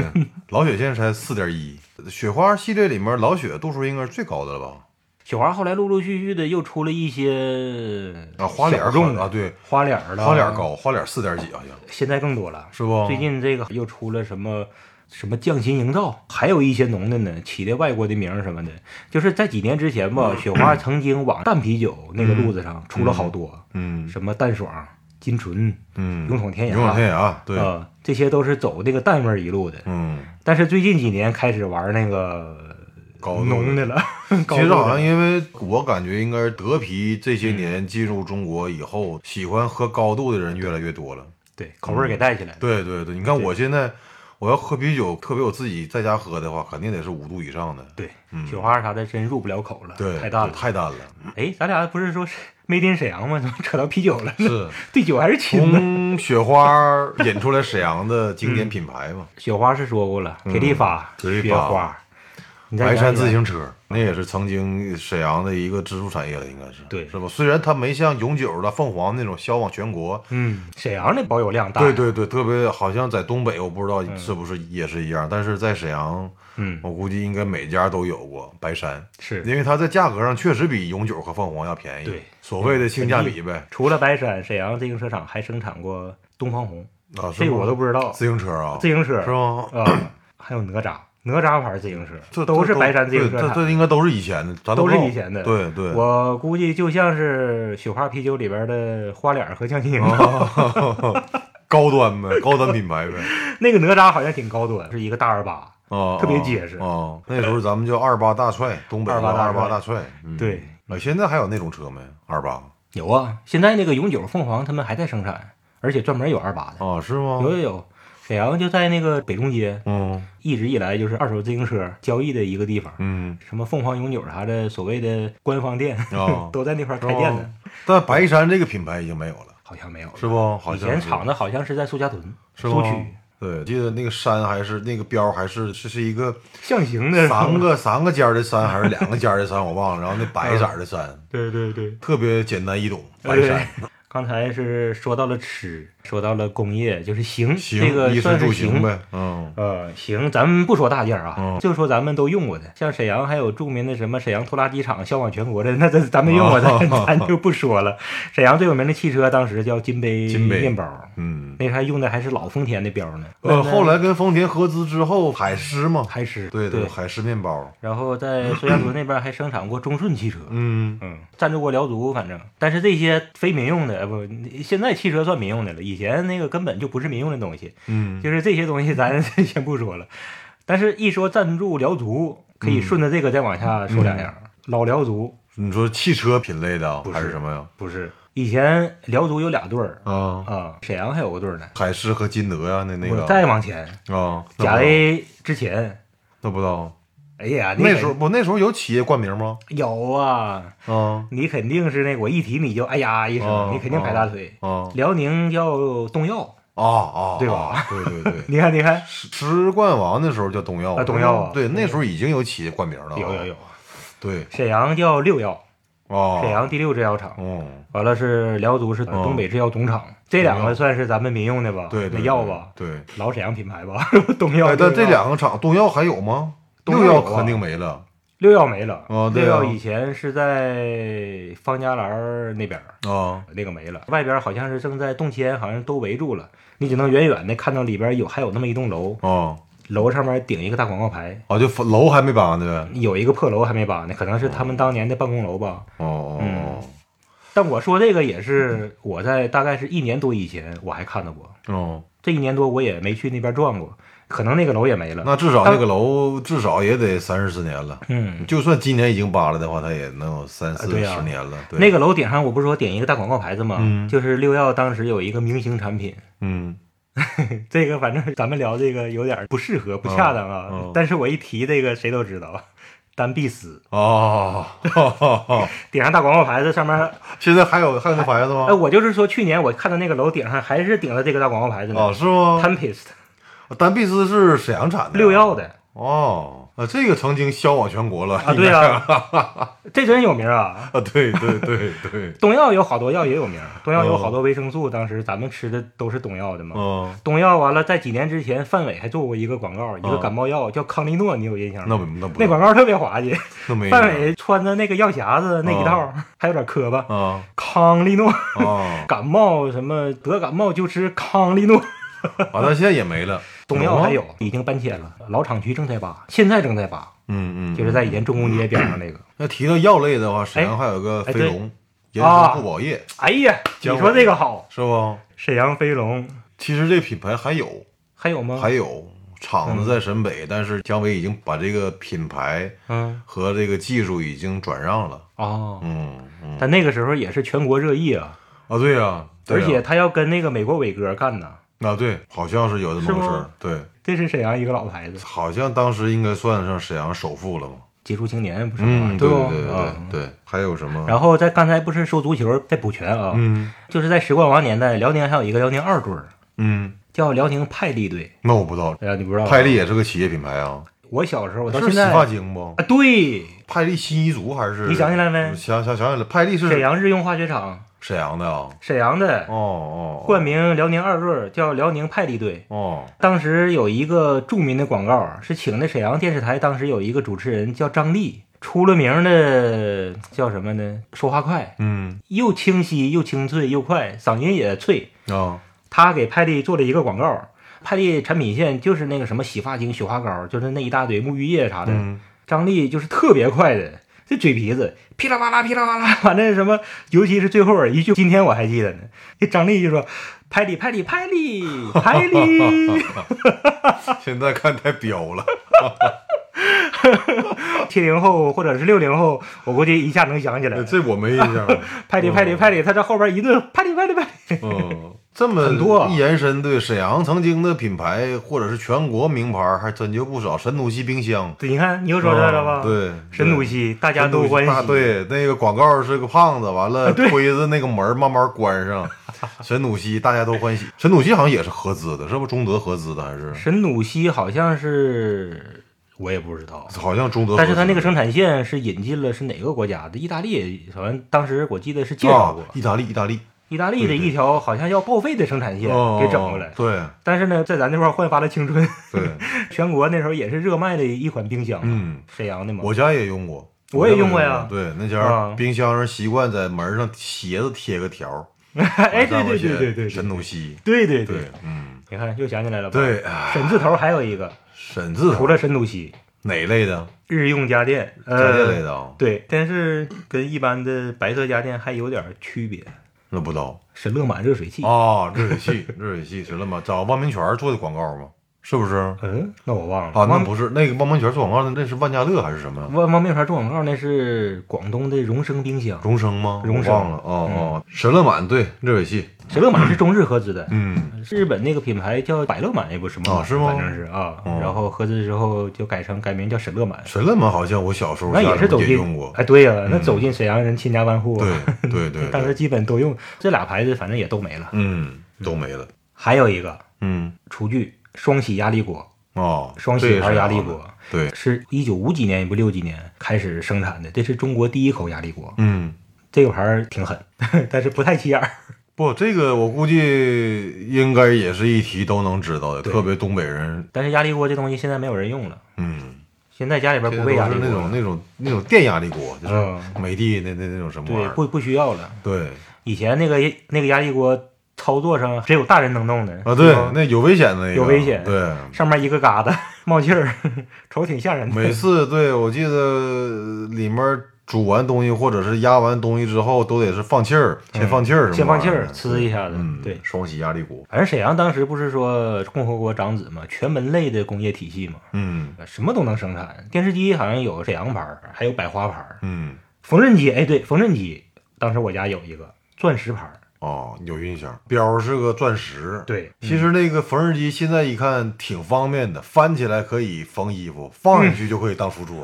[SPEAKER 4] 老雪现在才四点一，雪花系列里面老雪度数应该是最高的了吧？
[SPEAKER 3] 雪花后来陆陆续续的又出了一些
[SPEAKER 4] 啊，花脸
[SPEAKER 3] 小
[SPEAKER 4] 儿
[SPEAKER 3] 众
[SPEAKER 4] 好
[SPEAKER 3] 的
[SPEAKER 4] 啊，对，
[SPEAKER 3] 花脸儿了，
[SPEAKER 4] 花脸儿高，花脸四点几好像
[SPEAKER 3] 现在更多了。
[SPEAKER 4] 是不？
[SPEAKER 3] 最近这个又出了什么什么匠心营造，还有一些浓的呢，起的外国的名儿什么的。就是在几年之前吧，
[SPEAKER 4] 嗯
[SPEAKER 3] 雪花曾经往淡啤酒那个路子上出了好多，
[SPEAKER 4] 嗯
[SPEAKER 3] 什么淡爽、金纯、
[SPEAKER 4] 嗯，
[SPEAKER 3] 勇闯天涯，
[SPEAKER 4] 勇闯天涯，对，
[SPEAKER 3] 啊这些都是走那个淡味儿一路的。
[SPEAKER 4] 嗯，
[SPEAKER 3] 但是最近几年开始玩那个
[SPEAKER 4] 高度
[SPEAKER 3] 浓的
[SPEAKER 4] <laughs>
[SPEAKER 3] 了，高
[SPEAKER 4] 其实
[SPEAKER 3] 度
[SPEAKER 4] 好像
[SPEAKER 3] 的嗯
[SPEAKER 4] 因为我感觉应该是德啤这些年进入中国以后，喜欢喝高度的人越来越多了。
[SPEAKER 3] 对口味儿给带起来了。
[SPEAKER 4] 对对对，你看我现在我要喝啤酒，特别我自己在家喝的话，肯定得是五度以上的。
[SPEAKER 3] 对，雪花啥的真入不了口了，
[SPEAKER 4] 嗯对，
[SPEAKER 3] 太淡
[SPEAKER 4] 对
[SPEAKER 3] 了。
[SPEAKER 4] 太淡了。
[SPEAKER 3] 哎，咱俩不是说是 made in 沈阳吗？怎么扯到啤酒了？ <laughs>
[SPEAKER 4] 是
[SPEAKER 3] 对酒还是亲呢？
[SPEAKER 4] 从雪花引出来沈阳的经
[SPEAKER 3] 嗯
[SPEAKER 4] 典品牌嘛，
[SPEAKER 3] 雪花是说过了，铁力法、
[SPEAKER 4] 嗯铁力
[SPEAKER 3] 雪
[SPEAKER 4] 法
[SPEAKER 3] 花，你再
[SPEAKER 4] 白
[SPEAKER 3] 想
[SPEAKER 4] 山
[SPEAKER 3] 想
[SPEAKER 4] 自行车，那也是曾经沈阳的一个支柱产业了，应该是
[SPEAKER 3] 对
[SPEAKER 4] 是吧？虽然它没像永久的凤凰那种销往全国，
[SPEAKER 3] 嗯，沈阳的保有量大，
[SPEAKER 4] 对，对对，特别好像在东北，我不知道是不是也是一样，但是在沈阳，
[SPEAKER 3] 嗯，
[SPEAKER 4] 我估计应该每家都有过白山，
[SPEAKER 3] 是。
[SPEAKER 4] 因为它在价格上确实比永久和凤凰要便宜，
[SPEAKER 3] 对，
[SPEAKER 4] 所谓的性价比呗，
[SPEAKER 3] 除了白山，沈阳自行车厂还生产过东方红，
[SPEAKER 4] 啊，是
[SPEAKER 3] 这个
[SPEAKER 4] 吗
[SPEAKER 3] 我都不知道。
[SPEAKER 4] 自行车啊，
[SPEAKER 3] 自行车
[SPEAKER 4] 是吗？
[SPEAKER 3] <coughs> 啊，还有哪吒，哪吒牌自行车，
[SPEAKER 4] 这
[SPEAKER 3] 都是白山自行车
[SPEAKER 4] 对这
[SPEAKER 3] 厂。
[SPEAKER 4] 这应该都是以前的，咱
[SPEAKER 3] 都
[SPEAKER 4] 不
[SPEAKER 3] 是
[SPEAKER 4] 知道
[SPEAKER 3] 以前的
[SPEAKER 4] 对对，
[SPEAKER 3] 我估计就像是雪花啤酒里边的花脸儿和酱青营，
[SPEAKER 4] 高端呗，高端品牌呗，
[SPEAKER 3] <laughs> 那个哪吒好像挺高端，是一个大二八。
[SPEAKER 4] 啊，
[SPEAKER 3] <laughs> 特别结实
[SPEAKER 4] 啊。那时候咱们叫二八大踹，东北叫
[SPEAKER 3] 二
[SPEAKER 4] 二
[SPEAKER 3] 八
[SPEAKER 4] 八
[SPEAKER 3] 大
[SPEAKER 4] 大踹，嗯
[SPEAKER 3] 对，
[SPEAKER 4] 啊，现在还有那种车没？二八
[SPEAKER 3] 有啊，现在那个永久凤凰他们还在生产，而且专门有二八的，
[SPEAKER 4] 啊，是吗？
[SPEAKER 3] 有有有。沈阳就在那个北中街，
[SPEAKER 4] 嗯
[SPEAKER 3] 一直以来就是二手自行车交易的一个地方，
[SPEAKER 4] 嗯
[SPEAKER 3] 什么凤凰永久啥的，所谓的官方店、，
[SPEAKER 4] 啊
[SPEAKER 3] <laughs> 都在那块儿开店的，
[SPEAKER 4] 但白山这个品牌已经没有了，
[SPEAKER 3] 好像没有了。
[SPEAKER 4] 是不？好
[SPEAKER 3] 以
[SPEAKER 4] 像
[SPEAKER 3] 前
[SPEAKER 4] 是
[SPEAKER 3] 厂子好像是在苏家屯
[SPEAKER 4] 是
[SPEAKER 3] 苏
[SPEAKER 4] 吗
[SPEAKER 3] 区，
[SPEAKER 4] 对，记得那个山还是那个标还是是是一个
[SPEAKER 3] 象形的
[SPEAKER 4] 三个三个尖儿的山还是两个尖儿的山，我忘了。然后那白色儿的山
[SPEAKER 3] 对对对，哎
[SPEAKER 4] 特别简单易懂，白
[SPEAKER 3] 嗯对
[SPEAKER 4] 山。
[SPEAKER 3] 刚才是说到了吃，说到了工业，就是行，
[SPEAKER 4] 行，
[SPEAKER 3] <laughs> 这个
[SPEAKER 4] 衣
[SPEAKER 3] 算
[SPEAKER 4] 食
[SPEAKER 3] 是
[SPEAKER 4] 住
[SPEAKER 3] 行
[SPEAKER 4] 行。呗，嗯，
[SPEAKER 3] 呃，行，咱们不说大件儿啊，
[SPEAKER 4] 嗯
[SPEAKER 3] 就说咱们都用过的，像沈阳还有著名的什么沈阳拖拉机厂销往全国的，那这咱们用过的、
[SPEAKER 4] 哦 <laughs>
[SPEAKER 3] 咱就不说了。沈阳最有名的汽车当时叫金杯
[SPEAKER 4] 金杯
[SPEAKER 3] 面包，
[SPEAKER 4] 嗯，
[SPEAKER 3] 那时候还用的还是老丰田的标呢。
[SPEAKER 4] 呃，后
[SPEAKER 3] 来
[SPEAKER 4] 来跟丰田合资之后，海狮嘛，
[SPEAKER 3] 还是
[SPEAKER 4] 对
[SPEAKER 3] 对，
[SPEAKER 4] 海狮面包，
[SPEAKER 3] 然后在孙家屯那边还生产过中顺汽车。
[SPEAKER 4] 嗯，
[SPEAKER 3] 嗯，赞助过辽足，反正，但是这些非民用的，呃不，现在汽车算民用的了，以前那个根本就不是民用的东西，
[SPEAKER 4] 嗯，
[SPEAKER 3] 就是这些东西咱先不说了。但是，一说赞助辽足，可以顺着这个再往下说两样。
[SPEAKER 4] 嗯
[SPEAKER 3] 老辽足
[SPEAKER 4] 你说汽车品类的啊
[SPEAKER 3] 不是
[SPEAKER 4] 还是什么呀？
[SPEAKER 3] 不是以前辽足有俩队儿
[SPEAKER 4] 啊，
[SPEAKER 3] 啊，沈阳还有个队儿呢。
[SPEAKER 4] 海狮和金德呀，那那
[SPEAKER 3] 我
[SPEAKER 4] 个
[SPEAKER 3] 再往前，
[SPEAKER 4] 啊，
[SPEAKER 3] 甲
[SPEAKER 4] 那不知道
[SPEAKER 3] A 之前，
[SPEAKER 4] 那不知道，
[SPEAKER 3] 哎呀，你
[SPEAKER 4] 那
[SPEAKER 3] 肯
[SPEAKER 4] 时候不那时候有企业冠名吗？
[SPEAKER 3] 有啊，
[SPEAKER 4] 啊
[SPEAKER 3] 你肯定是那我一提你就哎呀一声，
[SPEAKER 4] 啊
[SPEAKER 3] 你肯定拍大腿。
[SPEAKER 4] 啊
[SPEAKER 3] 辽宁叫东药，
[SPEAKER 4] 啊啊，
[SPEAKER 3] 对吧。
[SPEAKER 4] 啊？对对对
[SPEAKER 3] <laughs> 你看你看，
[SPEAKER 4] 十十冠王那时候叫东药
[SPEAKER 3] 啊东药啊
[SPEAKER 4] 嗯对，那时候已经有企业冠名了，
[SPEAKER 3] 有有，有，
[SPEAKER 4] 对
[SPEAKER 3] 沈阳叫六药，
[SPEAKER 4] 啊，
[SPEAKER 3] 沈阳第六制药厂，
[SPEAKER 4] 嗯，
[SPEAKER 3] 完了是辽足是
[SPEAKER 4] 哦
[SPEAKER 3] 东北制药总厂，这两
[SPEAKER 4] 东
[SPEAKER 3] 个
[SPEAKER 4] 药
[SPEAKER 3] 算是咱们民用的吧？
[SPEAKER 4] 对对
[SPEAKER 3] 啊那药吧，
[SPEAKER 4] 对，对
[SPEAKER 3] 老沈阳品牌吧， <laughs> 东药。
[SPEAKER 4] 哎，但这
[SPEAKER 3] 六药
[SPEAKER 4] 两个厂东药还有吗？
[SPEAKER 3] 东
[SPEAKER 4] 六
[SPEAKER 3] 药
[SPEAKER 4] 药
[SPEAKER 3] 有啊
[SPEAKER 4] 肯定没了
[SPEAKER 3] 六药没了，
[SPEAKER 4] 哦对
[SPEAKER 3] 六
[SPEAKER 4] 啊
[SPEAKER 3] 药以前是在方家栏儿那边儿。
[SPEAKER 4] 啊，
[SPEAKER 3] 那个没了，外边好像是正在动迁，好像都围住了，你只能远远的看到里边有还有那么一栋楼，
[SPEAKER 4] 啊
[SPEAKER 3] 楼上面顶一个大广告牌，
[SPEAKER 4] 啊，就楼还没搬呢呗，
[SPEAKER 3] 有一个破楼还没扒呢，可能是他们当年的办公楼吧。
[SPEAKER 4] 哦哦哦
[SPEAKER 3] 但我说这个也是我在大概是一年多以前我还看到过，
[SPEAKER 4] 哦，
[SPEAKER 3] 这一年多我也没去那边转过，可能那个楼也没了。
[SPEAKER 4] 那至少那个楼至少也得三十四年了，
[SPEAKER 3] 嗯，啊
[SPEAKER 4] 就算今年已经扒了的话，它也能有三四
[SPEAKER 3] 对呀
[SPEAKER 4] 十年了，对，
[SPEAKER 3] 那个楼顶上我不是说点一个大广告牌子吗？
[SPEAKER 4] 嗯
[SPEAKER 3] 就是六曜当时有一个明星产品， <laughs>
[SPEAKER 4] 嗯
[SPEAKER 3] 这个反正咱们聊这个有点不适合、不恰当啊。
[SPEAKER 4] 嗯嗯
[SPEAKER 3] 但是我一提这个谁都知道，丹碧丝
[SPEAKER 4] 哦， <laughs> 哈哈哈
[SPEAKER 3] 顶上大广告牌子上面，
[SPEAKER 4] 现在还有还有那牌子吗
[SPEAKER 3] 哎，？我就是说去年我看到那个楼顶上还是顶着这个大广告牌子呢
[SPEAKER 4] 啊，是吗？
[SPEAKER 3] 丹碧丝
[SPEAKER 4] 丹碧啊斯是沈阳产的，
[SPEAKER 3] 六曜的。
[SPEAKER 4] 哦，啊，这个曾经销往全国了
[SPEAKER 3] 啊，对啊，
[SPEAKER 4] <laughs>
[SPEAKER 3] 这真有名啊！
[SPEAKER 4] 啊，对对对
[SPEAKER 3] <laughs>
[SPEAKER 4] 对，
[SPEAKER 3] 东药有好多药也有名，
[SPEAKER 4] 哦
[SPEAKER 3] 东药有好多维生素，当时咱们吃的都是东药的嘛。
[SPEAKER 4] 嗯，
[SPEAKER 3] 东药完了，在几年之前，范伟还做过一个广告，一个
[SPEAKER 4] 嗯
[SPEAKER 3] 感冒药叫康利诺，你有印象
[SPEAKER 4] 那
[SPEAKER 3] 吗？
[SPEAKER 4] 不那不
[SPEAKER 3] 那广告特别滑稽，
[SPEAKER 4] 那没哦
[SPEAKER 3] 范伟穿着那个药匣子那一套，还有点磕巴。
[SPEAKER 4] 啊
[SPEAKER 3] 康利诺，
[SPEAKER 4] 啊
[SPEAKER 3] 感冒什么得感冒就吃康利诺。
[SPEAKER 4] 啊，但现在也没了，
[SPEAKER 3] 东药还
[SPEAKER 4] 有
[SPEAKER 3] 有
[SPEAKER 4] 吗，
[SPEAKER 3] 已经搬迁了，老厂区正在扒，现在正在扒，
[SPEAKER 4] 嗯嗯，
[SPEAKER 3] <laughs> 就是在以前重工街边上那个。
[SPEAKER 4] 那提到药类的话，沈阳
[SPEAKER 3] 哎
[SPEAKER 4] 还有个
[SPEAKER 3] 哎
[SPEAKER 4] 飞
[SPEAKER 3] 对
[SPEAKER 4] 龙，延伸护宝业
[SPEAKER 3] 哎呀，你
[SPEAKER 4] 姜
[SPEAKER 3] 说
[SPEAKER 4] 伟
[SPEAKER 3] 这个好，
[SPEAKER 4] 是吧？
[SPEAKER 3] 沈阳飞龙
[SPEAKER 4] 其实这个品牌还有
[SPEAKER 3] 还有吗？
[SPEAKER 4] 还有厂子在沈北，但是姜维已经把这个品牌
[SPEAKER 3] 嗯
[SPEAKER 4] 和这个技术已经转让了，
[SPEAKER 3] 哦，
[SPEAKER 4] 嗯嗯
[SPEAKER 3] 但那个时候也是全国热议啊，
[SPEAKER 4] 啊，对呀，对
[SPEAKER 3] 而
[SPEAKER 4] 呀
[SPEAKER 3] 且他要跟那个美国伟哥干呢，
[SPEAKER 4] 啊对，好像是有这
[SPEAKER 3] 是
[SPEAKER 4] 么
[SPEAKER 3] 吗
[SPEAKER 4] 回事儿，对。
[SPEAKER 3] 这是沈阳一个老牌子，
[SPEAKER 4] 好像当时应该算上沈阳首富了嘛？
[SPEAKER 3] 杰出青年不是吗？
[SPEAKER 4] 嗯，对
[SPEAKER 3] 不？
[SPEAKER 4] 对对
[SPEAKER 3] 嗯
[SPEAKER 4] 对，还有什么？
[SPEAKER 3] 然后在刚才不是说足球在补全啊，
[SPEAKER 4] 嗯
[SPEAKER 3] 就是在十冠王年代，辽宁还有一个辽宁二队儿
[SPEAKER 4] 嗯，
[SPEAKER 3] 叫辽宁派力队，
[SPEAKER 4] 那我不知道，
[SPEAKER 3] 哎呀，你不知道？
[SPEAKER 4] 派力，也是个企业品牌啊，
[SPEAKER 3] 我小时候我到
[SPEAKER 4] 是
[SPEAKER 3] 现
[SPEAKER 4] 洗
[SPEAKER 3] 在
[SPEAKER 4] 发
[SPEAKER 3] 啊，
[SPEAKER 4] 精不？
[SPEAKER 3] 对，
[SPEAKER 4] 派力新一族还是？
[SPEAKER 3] 你想起来没
[SPEAKER 4] 想想想起来，派力
[SPEAKER 3] 沈
[SPEAKER 4] 是
[SPEAKER 3] 阳日用化学厂，
[SPEAKER 4] 沈阳的啊？
[SPEAKER 3] 沈阳的
[SPEAKER 4] 哦哦，
[SPEAKER 3] 冠名辽宁二队儿叫辽宁派力队，
[SPEAKER 4] 哦
[SPEAKER 3] 当时有一个著名的广告，是请的沈阳电视台，当时有一个主持人叫张丽，出了名的叫什么呢？说话快，
[SPEAKER 4] 嗯
[SPEAKER 3] 又清晰又清脆又快，嗓音也脆。
[SPEAKER 4] 啊
[SPEAKER 3] 他给派丽做了一个广告，派丽产品线就是那个什么洗发精、雪花膏，就是那一大堆沐浴液啥的。
[SPEAKER 4] 嗯
[SPEAKER 3] 张丽就是特别快的，这嘴皮子噼啦啪啦噼啦啪啦，反正什么，尤其是最后一句，今天我还记得呢。这张丽就说：“拍力拍力拍力拍力。” <laughs>
[SPEAKER 4] 现在看太彪了，
[SPEAKER 3] <laughs> 七零后或者是六零后，我估计一下能想起来
[SPEAKER 4] 哎。这我哦没印
[SPEAKER 3] <laughs>
[SPEAKER 4] 象了。
[SPEAKER 3] 拍里拍里拍里，他这后边一顿拍里拍里拍里。
[SPEAKER 4] 嗯，这么
[SPEAKER 3] 很多啊
[SPEAKER 4] 一延伸，对沈阳曾经的品牌或者是全国名牌还真就不少，神努西冰箱。
[SPEAKER 3] 你看，你又说这了吧？
[SPEAKER 4] 嗯对
[SPEAKER 3] 神努
[SPEAKER 4] 对
[SPEAKER 3] 西，大家都欢
[SPEAKER 4] 大
[SPEAKER 3] 喜。，
[SPEAKER 4] 啊对，那个广告是个胖子，完
[SPEAKER 3] 啊
[SPEAKER 4] 了推着那个门儿慢慢关上。 <laughs> 沈努西大家都欢喜，沈努西好像也是合资的，是不是中德合资的还是？
[SPEAKER 3] 神努西好像是我也不知道，
[SPEAKER 4] 好像中德合资的。
[SPEAKER 3] 但是他那个生产线是引进了是哪个国家的？意大利，好像当时我记得是介绍过
[SPEAKER 4] 啊啊。意大利，意大利，
[SPEAKER 3] 意大利的一条好像要报废的生产线
[SPEAKER 4] 哦
[SPEAKER 3] 给整过来。
[SPEAKER 4] 对
[SPEAKER 3] 但是呢，在咱这块儿焕发了青春，
[SPEAKER 4] 对，
[SPEAKER 3] <laughs> 全国那时候也是热卖的一款冰箱，
[SPEAKER 4] 嗯，
[SPEAKER 3] 沈阳的嘛。
[SPEAKER 4] 我家也用过，
[SPEAKER 3] 我也用过呀
[SPEAKER 4] 对，那
[SPEAKER 3] 啊
[SPEAKER 4] 家冰箱上习惯在门上鞋子贴个条儿，
[SPEAKER 3] <laughs> 哎，对
[SPEAKER 4] 上面
[SPEAKER 3] 对
[SPEAKER 4] 写
[SPEAKER 3] 对对对，
[SPEAKER 4] 沈土西，
[SPEAKER 3] 对对
[SPEAKER 4] 对，，嗯，
[SPEAKER 3] 你看又想起来了吧？
[SPEAKER 4] 对，，啊
[SPEAKER 3] 沈字头还有一个，
[SPEAKER 4] 沈字
[SPEAKER 3] 除了沈土西，
[SPEAKER 4] 哪类的？
[SPEAKER 3] 日用家电，
[SPEAKER 4] 家电类
[SPEAKER 3] 呃，
[SPEAKER 4] 的啊？
[SPEAKER 3] 对，但是跟一般的白色家电还有点区别。
[SPEAKER 4] 那不知道
[SPEAKER 3] 沈乐满热水器，
[SPEAKER 4] 啊，热水器，热水器，知道吗？找汪明荃做的广告吗？是不是？啊，
[SPEAKER 3] 嗯，那我忘了。
[SPEAKER 4] 那
[SPEAKER 3] 汪
[SPEAKER 4] 不是那个汪明荃做广告，那是万家乐还是什么呀？
[SPEAKER 3] 汪汪明荃做广告那是广东的荣升冰箱，
[SPEAKER 4] 荣升吗？
[SPEAKER 3] 荣升嗯
[SPEAKER 4] 我忘了哦哦，沈乐满对热水器，
[SPEAKER 3] 沈乐满是中日合资的，
[SPEAKER 4] 嗯，
[SPEAKER 3] 日本那个品牌叫百乐满，也不是吗？
[SPEAKER 4] 啊是吗
[SPEAKER 3] 反正是啊，
[SPEAKER 4] 哦
[SPEAKER 3] 然后合资之后就改成改名叫沈乐满，
[SPEAKER 4] 沈乐满好像我小时候
[SPEAKER 3] 那
[SPEAKER 4] 家
[SPEAKER 3] 也是
[SPEAKER 4] 里
[SPEAKER 3] 走
[SPEAKER 4] 面
[SPEAKER 3] 进
[SPEAKER 4] 也用过，嗯
[SPEAKER 3] 哎，对呀、那走进沈阳人千家万户啊， <laughs>
[SPEAKER 4] 对对对，
[SPEAKER 3] 当时
[SPEAKER 4] 对
[SPEAKER 3] 基本都用这俩牌子，反正也都没了。
[SPEAKER 4] 嗯，都没了，
[SPEAKER 3] 还有一个
[SPEAKER 4] 嗯，
[SPEAKER 3] 厨具双喜压力锅，
[SPEAKER 4] 哦，
[SPEAKER 3] 双
[SPEAKER 4] 这
[SPEAKER 3] 喜
[SPEAKER 4] 也
[SPEAKER 3] 牌
[SPEAKER 4] 是
[SPEAKER 3] 压力
[SPEAKER 4] 好的
[SPEAKER 3] 锅，
[SPEAKER 4] 对，
[SPEAKER 3] 是一九五几年也不六几年开始生产的，这是中国第一口压力锅。
[SPEAKER 4] 嗯，
[SPEAKER 3] 这个牌儿挺狠， <laughs> 但是不太起眼儿。
[SPEAKER 4] 不，这个我估计应该也是一提都能知道的，
[SPEAKER 3] 对
[SPEAKER 4] 特别东北人，
[SPEAKER 3] 但是压力锅这东西现在没有人用了，
[SPEAKER 4] 嗯，
[SPEAKER 3] 现在家里边
[SPEAKER 4] 现
[SPEAKER 3] 不
[SPEAKER 4] 在
[SPEAKER 3] 备压
[SPEAKER 4] 都
[SPEAKER 3] 力
[SPEAKER 4] 是
[SPEAKER 3] 锅
[SPEAKER 4] 那
[SPEAKER 3] 了，
[SPEAKER 4] 种那种那种电压力锅，就是
[SPEAKER 3] 嗯
[SPEAKER 4] 美的那那那种什么玩意
[SPEAKER 3] 对，
[SPEAKER 4] 儿，
[SPEAKER 3] 不不需要了。
[SPEAKER 4] 对
[SPEAKER 3] 以前那个那个压力锅操作上只有大人能弄的
[SPEAKER 4] 啊，对
[SPEAKER 3] 是吧，
[SPEAKER 4] 那有危险的那个，
[SPEAKER 3] 有危险
[SPEAKER 4] 对。
[SPEAKER 3] 上面一个疙瘩 <laughs> 冒气儿，瞅挺吓人的。
[SPEAKER 4] 每次对我记得呃里面煮完东西或者是压完东西之后，都得是放气儿，先放气儿什么玩
[SPEAKER 3] 先嗯放
[SPEAKER 4] 意儿的，
[SPEAKER 3] 气儿呲一下子
[SPEAKER 4] 嗯，
[SPEAKER 3] 对
[SPEAKER 4] 双喜压力锅，
[SPEAKER 3] 反正沈阳当时不是说共和国长子嘛，全门类的工业体系嘛，
[SPEAKER 4] 嗯
[SPEAKER 3] 什么都能生产。电视机好像有沈阳牌儿，还有百花牌儿。
[SPEAKER 4] 嗯，
[SPEAKER 3] 缝纫机，哎，对，缝纫机，当时我家有一个钻石牌儿，
[SPEAKER 4] 哦，有印象，标是个钻石，。
[SPEAKER 3] 对，
[SPEAKER 4] 其实那个缝纫机现在一看挺方便的，翻起来可以缝衣服，放上去就可以当书
[SPEAKER 3] <laughs>
[SPEAKER 4] 桌。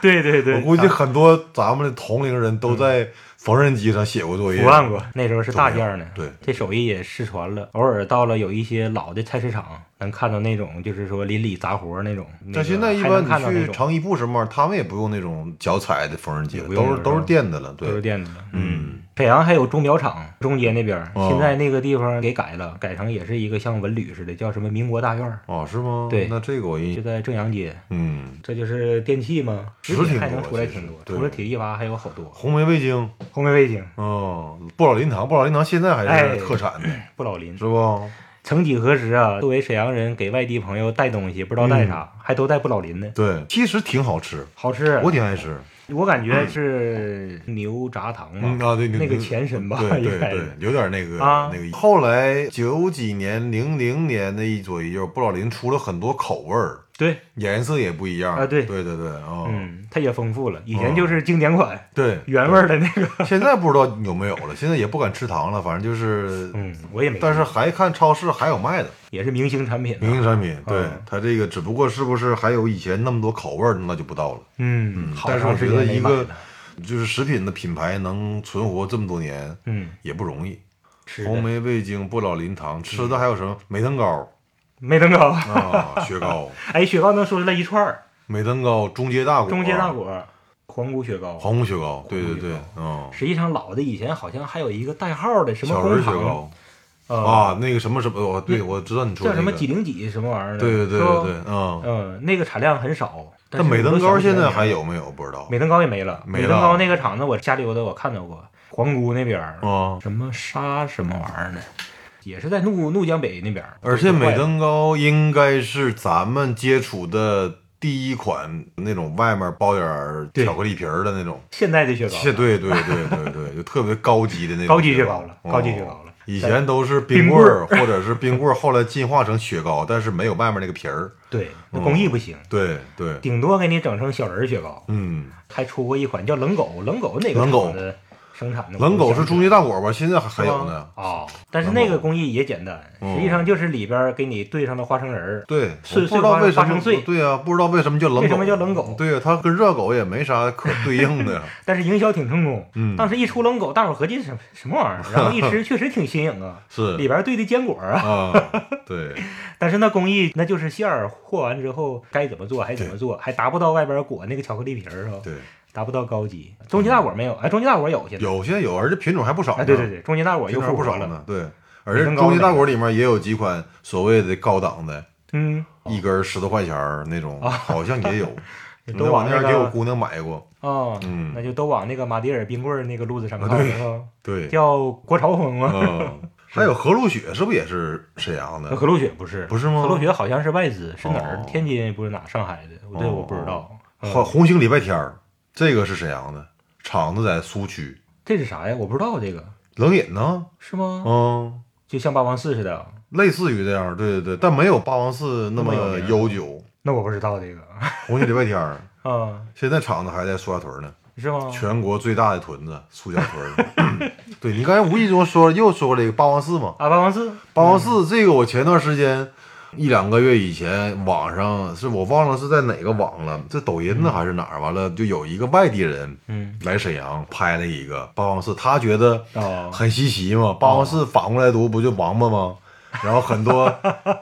[SPEAKER 3] 对嗯对对，啊
[SPEAKER 4] 我估计很多咱们的同龄人都在缝纫机上写过作业。
[SPEAKER 3] 伏案过，那时候是大件儿呢。
[SPEAKER 4] 对
[SPEAKER 3] 这手艺也失传了。偶尔到了有一些老的菜市场，能看到那种就是说邻里杂活儿那种。那个
[SPEAKER 4] 但现在一
[SPEAKER 3] 还
[SPEAKER 4] 般
[SPEAKER 3] 能看到
[SPEAKER 4] 你
[SPEAKER 3] 那
[SPEAKER 4] 去
[SPEAKER 3] 种
[SPEAKER 4] 长衣铺什么玩意儿，他们也不用那种脚踩的缝纫机了，
[SPEAKER 3] 不用
[SPEAKER 4] 都
[SPEAKER 3] 了
[SPEAKER 4] 是
[SPEAKER 3] 是吧
[SPEAKER 4] 都是电的了。
[SPEAKER 3] 都是
[SPEAKER 4] 对，
[SPEAKER 3] 电子的。
[SPEAKER 4] 嗯，
[SPEAKER 3] 沈阳还有钟表厂，中街那边儿，
[SPEAKER 4] 哦
[SPEAKER 3] 现在那个地方给改了，改成也是一个像文旅似的，叫什么民国大院儿，
[SPEAKER 4] 哦，是吗？
[SPEAKER 3] 对
[SPEAKER 4] 那这个我印
[SPEAKER 3] 就
[SPEAKER 4] 象，
[SPEAKER 3] 在正阳街。
[SPEAKER 4] 嗯，
[SPEAKER 3] 这就是电器嘛，
[SPEAKER 4] 实
[SPEAKER 3] 实体
[SPEAKER 4] 挺
[SPEAKER 3] 还能
[SPEAKER 4] 多
[SPEAKER 3] 出来
[SPEAKER 4] 其实
[SPEAKER 3] 挺多，
[SPEAKER 4] 对
[SPEAKER 3] 除了铁一娃还有好多。
[SPEAKER 4] 红梅味精，
[SPEAKER 3] 红梅味精、
[SPEAKER 4] 哦，不老林堂，不老林堂现在还
[SPEAKER 3] 哎
[SPEAKER 4] 是特产的，
[SPEAKER 3] 不老林
[SPEAKER 4] 是，不？
[SPEAKER 3] 曾几何时啊，作为沈阳人，给外地朋友带东西，不知道带啥，还都带不老林呢，
[SPEAKER 4] 对，其实挺好吃，
[SPEAKER 3] 好吃。
[SPEAKER 4] 嗯我挺爱吃。
[SPEAKER 3] 我感觉是牛轧糖
[SPEAKER 4] 嗯
[SPEAKER 3] 吧，
[SPEAKER 4] 啊，对，
[SPEAKER 3] 那个前身吧，<laughs>
[SPEAKER 4] 对
[SPEAKER 3] 应
[SPEAKER 4] 对
[SPEAKER 3] 该
[SPEAKER 4] 对
[SPEAKER 3] 是，
[SPEAKER 4] 有点那个
[SPEAKER 3] 啊
[SPEAKER 4] 那个。后来九几年、零零年的一左一右，布老林出了很多口味儿，
[SPEAKER 3] 对，
[SPEAKER 4] 颜色也不一样
[SPEAKER 3] 啊对
[SPEAKER 4] 对对对啊，
[SPEAKER 3] 嗯，它也丰富了。
[SPEAKER 4] 哦
[SPEAKER 3] 以前就是经典款
[SPEAKER 4] 对，
[SPEAKER 3] 原味儿的那个，
[SPEAKER 4] <laughs> 现在不知道有没有了，现在也不敢吃糖了，反正就是，
[SPEAKER 3] <laughs> 嗯，我也没，
[SPEAKER 4] 但是还看超市还有卖的
[SPEAKER 3] 也是明星产品啊。
[SPEAKER 4] 明星产品，对
[SPEAKER 3] 嗯
[SPEAKER 4] 它这个只不过是不是还有以前那么多口味儿，那就不到了。
[SPEAKER 3] 嗯，好
[SPEAKER 4] 但是我
[SPEAKER 3] 长
[SPEAKER 4] 觉
[SPEAKER 3] 时
[SPEAKER 4] 得
[SPEAKER 3] 间没
[SPEAKER 4] 一
[SPEAKER 3] 买
[SPEAKER 4] 个
[SPEAKER 3] 了。
[SPEAKER 4] 就是食品的品牌能存活这么多年
[SPEAKER 3] 嗯，
[SPEAKER 4] 也不容易。
[SPEAKER 3] 吃
[SPEAKER 4] 红
[SPEAKER 3] 的嗯
[SPEAKER 4] 梅味精、不老林糖，吃的还有什么梅登糕
[SPEAKER 3] 没登高， <laughs>
[SPEAKER 4] 啊、雪糕、
[SPEAKER 3] 哎，雪糕能说出来一串儿，
[SPEAKER 4] 梅登糕、中街大果、
[SPEAKER 3] 中街大、果、皇姑雪糕。
[SPEAKER 4] 皇宫雪糕，对对
[SPEAKER 3] 雪
[SPEAKER 4] 对，嗯，
[SPEAKER 3] 实际上老的以前好像还有一个代号的什么
[SPEAKER 4] 小人
[SPEAKER 3] 工
[SPEAKER 4] 雪
[SPEAKER 3] 厂
[SPEAKER 4] 糕
[SPEAKER 3] 啊，
[SPEAKER 4] 啊，那个什么什么，我对我知道你说
[SPEAKER 3] 叫什
[SPEAKER 4] 那
[SPEAKER 3] 么
[SPEAKER 4] 个
[SPEAKER 3] 几零几什么玩意儿的，
[SPEAKER 4] 对对对
[SPEAKER 3] 是吧
[SPEAKER 4] 对对，嗯。
[SPEAKER 3] 嗯，那个产量很少。
[SPEAKER 4] 那
[SPEAKER 3] 是
[SPEAKER 4] 美
[SPEAKER 3] 我都
[SPEAKER 4] 登
[SPEAKER 3] 想
[SPEAKER 4] 糕
[SPEAKER 3] 不起来
[SPEAKER 4] 现在
[SPEAKER 3] 名
[SPEAKER 4] 还
[SPEAKER 3] 儿
[SPEAKER 4] 有没有？不知道嗯
[SPEAKER 3] 美登高也没了，
[SPEAKER 4] 没
[SPEAKER 3] 美
[SPEAKER 4] 了
[SPEAKER 3] 登高那个厂子我瞎溜达，我看到过，皇姑那边儿、
[SPEAKER 4] 啊。
[SPEAKER 3] 什么沙什么玩意儿的，也是在怒怒江北那边儿。
[SPEAKER 4] 而且美
[SPEAKER 3] 坏了
[SPEAKER 4] 登糕应该是咱们接触的第一款那种外面包点儿
[SPEAKER 3] 对
[SPEAKER 4] 巧克力皮儿的那种，
[SPEAKER 3] 现代的雪糕，
[SPEAKER 4] 切对对对对对，就特别高级的那种
[SPEAKER 3] <laughs> 高级
[SPEAKER 4] 雪
[SPEAKER 3] 雪糕了
[SPEAKER 4] 哦
[SPEAKER 3] 高级雪糕了
[SPEAKER 4] 以前都是冰棍儿或者是冰棍儿，后来进化成雪糕，但是没有外面那个皮儿。
[SPEAKER 3] 对，那
[SPEAKER 4] 嗯
[SPEAKER 3] 工艺不行，
[SPEAKER 4] 对对，
[SPEAKER 3] 顶多给你整成小人儿雪糕。
[SPEAKER 4] 嗯，
[SPEAKER 3] 还出过一款叫冷狗，冷狗哪个
[SPEAKER 4] 冷狗
[SPEAKER 3] 厂子生产的？
[SPEAKER 4] 冷狗是中
[SPEAKER 3] 间
[SPEAKER 4] 街大果吧？现在还还有呢。
[SPEAKER 3] 哦，但是那个工艺也简单，
[SPEAKER 4] 嗯
[SPEAKER 3] 实际上就是里边儿给你兑上了花生仁儿，
[SPEAKER 4] 对，我
[SPEAKER 3] 碎
[SPEAKER 4] 不知道为什
[SPEAKER 3] 花
[SPEAKER 4] 么
[SPEAKER 3] 生碎
[SPEAKER 4] 对呀、不知道为什么叫冷狗，
[SPEAKER 3] 为什么叫冷狗
[SPEAKER 4] 对呀、它跟热狗也没啥可对
[SPEAKER 3] <laughs>
[SPEAKER 4] 应的呀。
[SPEAKER 3] 但是营销挺成功。
[SPEAKER 4] 嗯
[SPEAKER 3] 当时一出冷狗，大伙儿合计什么什么玩意
[SPEAKER 4] <laughs>
[SPEAKER 3] 儿，然后一吃确实挺新颖啊，
[SPEAKER 4] 是
[SPEAKER 3] 里边儿兑的坚果啊，
[SPEAKER 4] 啊，对，
[SPEAKER 3] 但是那工艺那就是馅儿和完之后该怎么做还怎么做，还达不到外边裹那个巧克力皮儿是吧？
[SPEAKER 4] 对，
[SPEAKER 3] 达不到高级。中级大果没有，哎，中级大果有现在，
[SPEAKER 4] 有现在有，而且品种还不少呢。啊
[SPEAKER 3] 哎，对对对，中级大果
[SPEAKER 4] 品
[SPEAKER 3] 又
[SPEAKER 4] 种
[SPEAKER 3] 复
[SPEAKER 4] 还不
[SPEAKER 3] 活
[SPEAKER 4] 少
[SPEAKER 3] 了，
[SPEAKER 4] 呢。对，而
[SPEAKER 3] 更
[SPEAKER 4] 且
[SPEAKER 3] 高
[SPEAKER 4] 中级
[SPEAKER 3] 了
[SPEAKER 4] 大果里面也有几款所谓的高档的，
[SPEAKER 3] 嗯，
[SPEAKER 4] 一根十多块钱儿那种，好像
[SPEAKER 3] <laughs>
[SPEAKER 4] 也有。你
[SPEAKER 3] 哦都
[SPEAKER 4] 往
[SPEAKER 3] 往
[SPEAKER 4] 嗯那
[SPEAKER 3] 那
[SPEAKER 4] 儿给我
[SPEAKER 3] 个
[SPEAKER 4] 姑娘买过，
[SPEAKER 3] 哦，
[SPEAKER 4] 嗯
[SPEAKER 3] 那就都往那个马迭尔冰棍儿那个路子上靠，
[SPEAKER 4] 啊对
[SPEAKER 3] 然后 <laughs>
[SPEAKER 4] 对，
[SPEAKER 3] 叫国潮风吗？
[SPEAKER 4] 嗯，还有河路雪是不是也是沈阳的？
[SPEAKER 3] 河呃路雪不是，
[SPEAKER 4] 不是吗
[SPEAKER 3] 河路雪好像是外资，是哪儿？
[SPEAKER 4] 哦
[SPEAKER 3] 天津不是哪？上海的？我这我不知道。嗯
[SPEAKER 4] 红红星礼拜天儿，这个是沈阳的，厂子在苏区。
[SPEAKER 3] 这是啥呀？我不知道这个
[SPEAKER 4] 冷饮呢？
[SPEAKER 3] 是吗？
[SPEAKER 4] 嗯，
[SPEAKER 3] 就像八王寺似的，啊
[SPEAKER 4] 类似于这样，对对对，但没有霸王寺
[SPEAKER 3] 那
[SPEAKER 4] 那
[SPEAKER 3] 么
[SPEAKER 4] 么
[SPEAKER 3] 有名
[SPEAKER 4] 悠久。
[SPEAKER 3] 那我不知道这个
[SPEAKER 4] 红星礼拜天儿，
[SPEAKER 3] 啊，
[SPEAKER 4] 现在厂子还在苏家屯呢，
[SPEAKER 3] 是吗？
[SPEAKER 4] 全国最大的屯子苏家屯儿。
[SPEAKER 3] <laughs>
[SPEAKER 4] 对你刚才无意中说又说过这个霸王寺嘛？
[SPEAKER 3] 啊，八王寺
[SPEAKER 4] 霸王
[SPEAKER 3] 嗯
[SPEAKER 4] 寺这个我前段时间一两个月以前，网上是我忘了是在哪个网了，这抖音呢还是哪儿？完了就有一个外地人，
[SPEAKER 3] 嗯，
[SPEAKER 4] 来沈阳拍了一个霸王寺，他觉得
[SPEAKER 3] 哦
[SPEAKER 4] 很稀奇嘛，霸王寺反过来读不就王八吗？ <laughs> 然后很多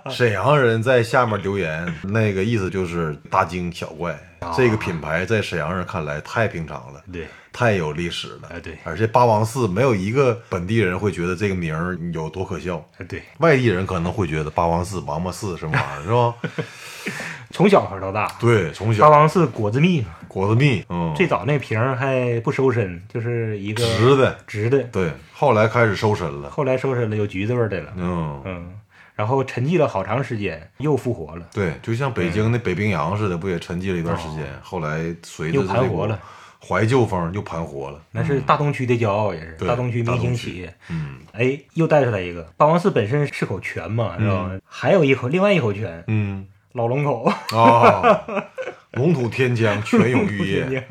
[SPEAKER 4] 沈阳人在下面留言，那个意思就是大惊小怪，
[SPEAKER 3] 哦
[SPEAKER 4] 这个品牌在沈阳人看来太平常了。
[SPEAKER 3] 对，
[SPEAKER 4] 太有历史了，
[SPEAKER 3] 哎对
[SPEAKER 4] 而且霸王寺没有一个本地人会觉得这个名儿有多可笑，
[SPEAKER 3] 哎对，
[SPEAKER 4] 外地人可能会觉得霸王寺、王八寺
[SPEAKER 3] <laughs>
[SPEAKER 4] 什么玩意儿，是吧？
[SPEAKER 3] 从小喝到大。
[SPEAKER 4] 对，从
[SPEAKER 3] 八
[SPEAKER 4] 小
[SPEAKER 3] 王寺果子蜜，
[SPEAKER 4] 果子蜜，嗯，
[SPEAKER 3] 最早那瓶儿还不收身，就是一个
[SPEAKER 4] 直的，
[SPEAKER 3] 直的，
[SPEAKER 4] 对，后来开始收身了，
[SPEAKER 3] 后来收身了，有橘子味儿的了。
[SPEAKER 4] 嗯，
[SPEAKER 3] 嗯，然后沉寂了好长时间，又复活了，
[SPEAKER 4] 对，就像北
[SPEAKER 3] 嗯
[SPEAKER 4] 京的北冰洋似的，不也沉寂了一段时间？后来随着
[SPEAKER 3] 哦又
[SPEAKER 4] 这
[SPEAKER 3] 盘
[SPEAKER 4] 个
[SPEAKER 3] 活了。
[SPEAKER 4] 怀旧风又盘活了。
[SPEAKER 3] 那是大东区的骄傲，也是
[SPEAKER 4] 对
[SPEAKER 3] 大东区
[SPEAKER 4] 大
[SPEAKER 3] 明
[SPEAKER 4] 东
[SPEAKER 3] 星
[SPEAKER 4] 区
[SPEAKER 3] 企业。
[SPEAKER 4] 嗯
[SPEAKER 3] 哎，又带出来一个，霸王寺本身是口泉嘛，知道吧？还有一口，另外一口泉， <laughs>
[SPEAKER 4] 嗯
[SPEAKER 3] 老龙口，
[SPEAKER 4] 啊，龙吐天江，泉涌玉
[SPEAKER 3] <laughs>
[SPEAKER 4] 液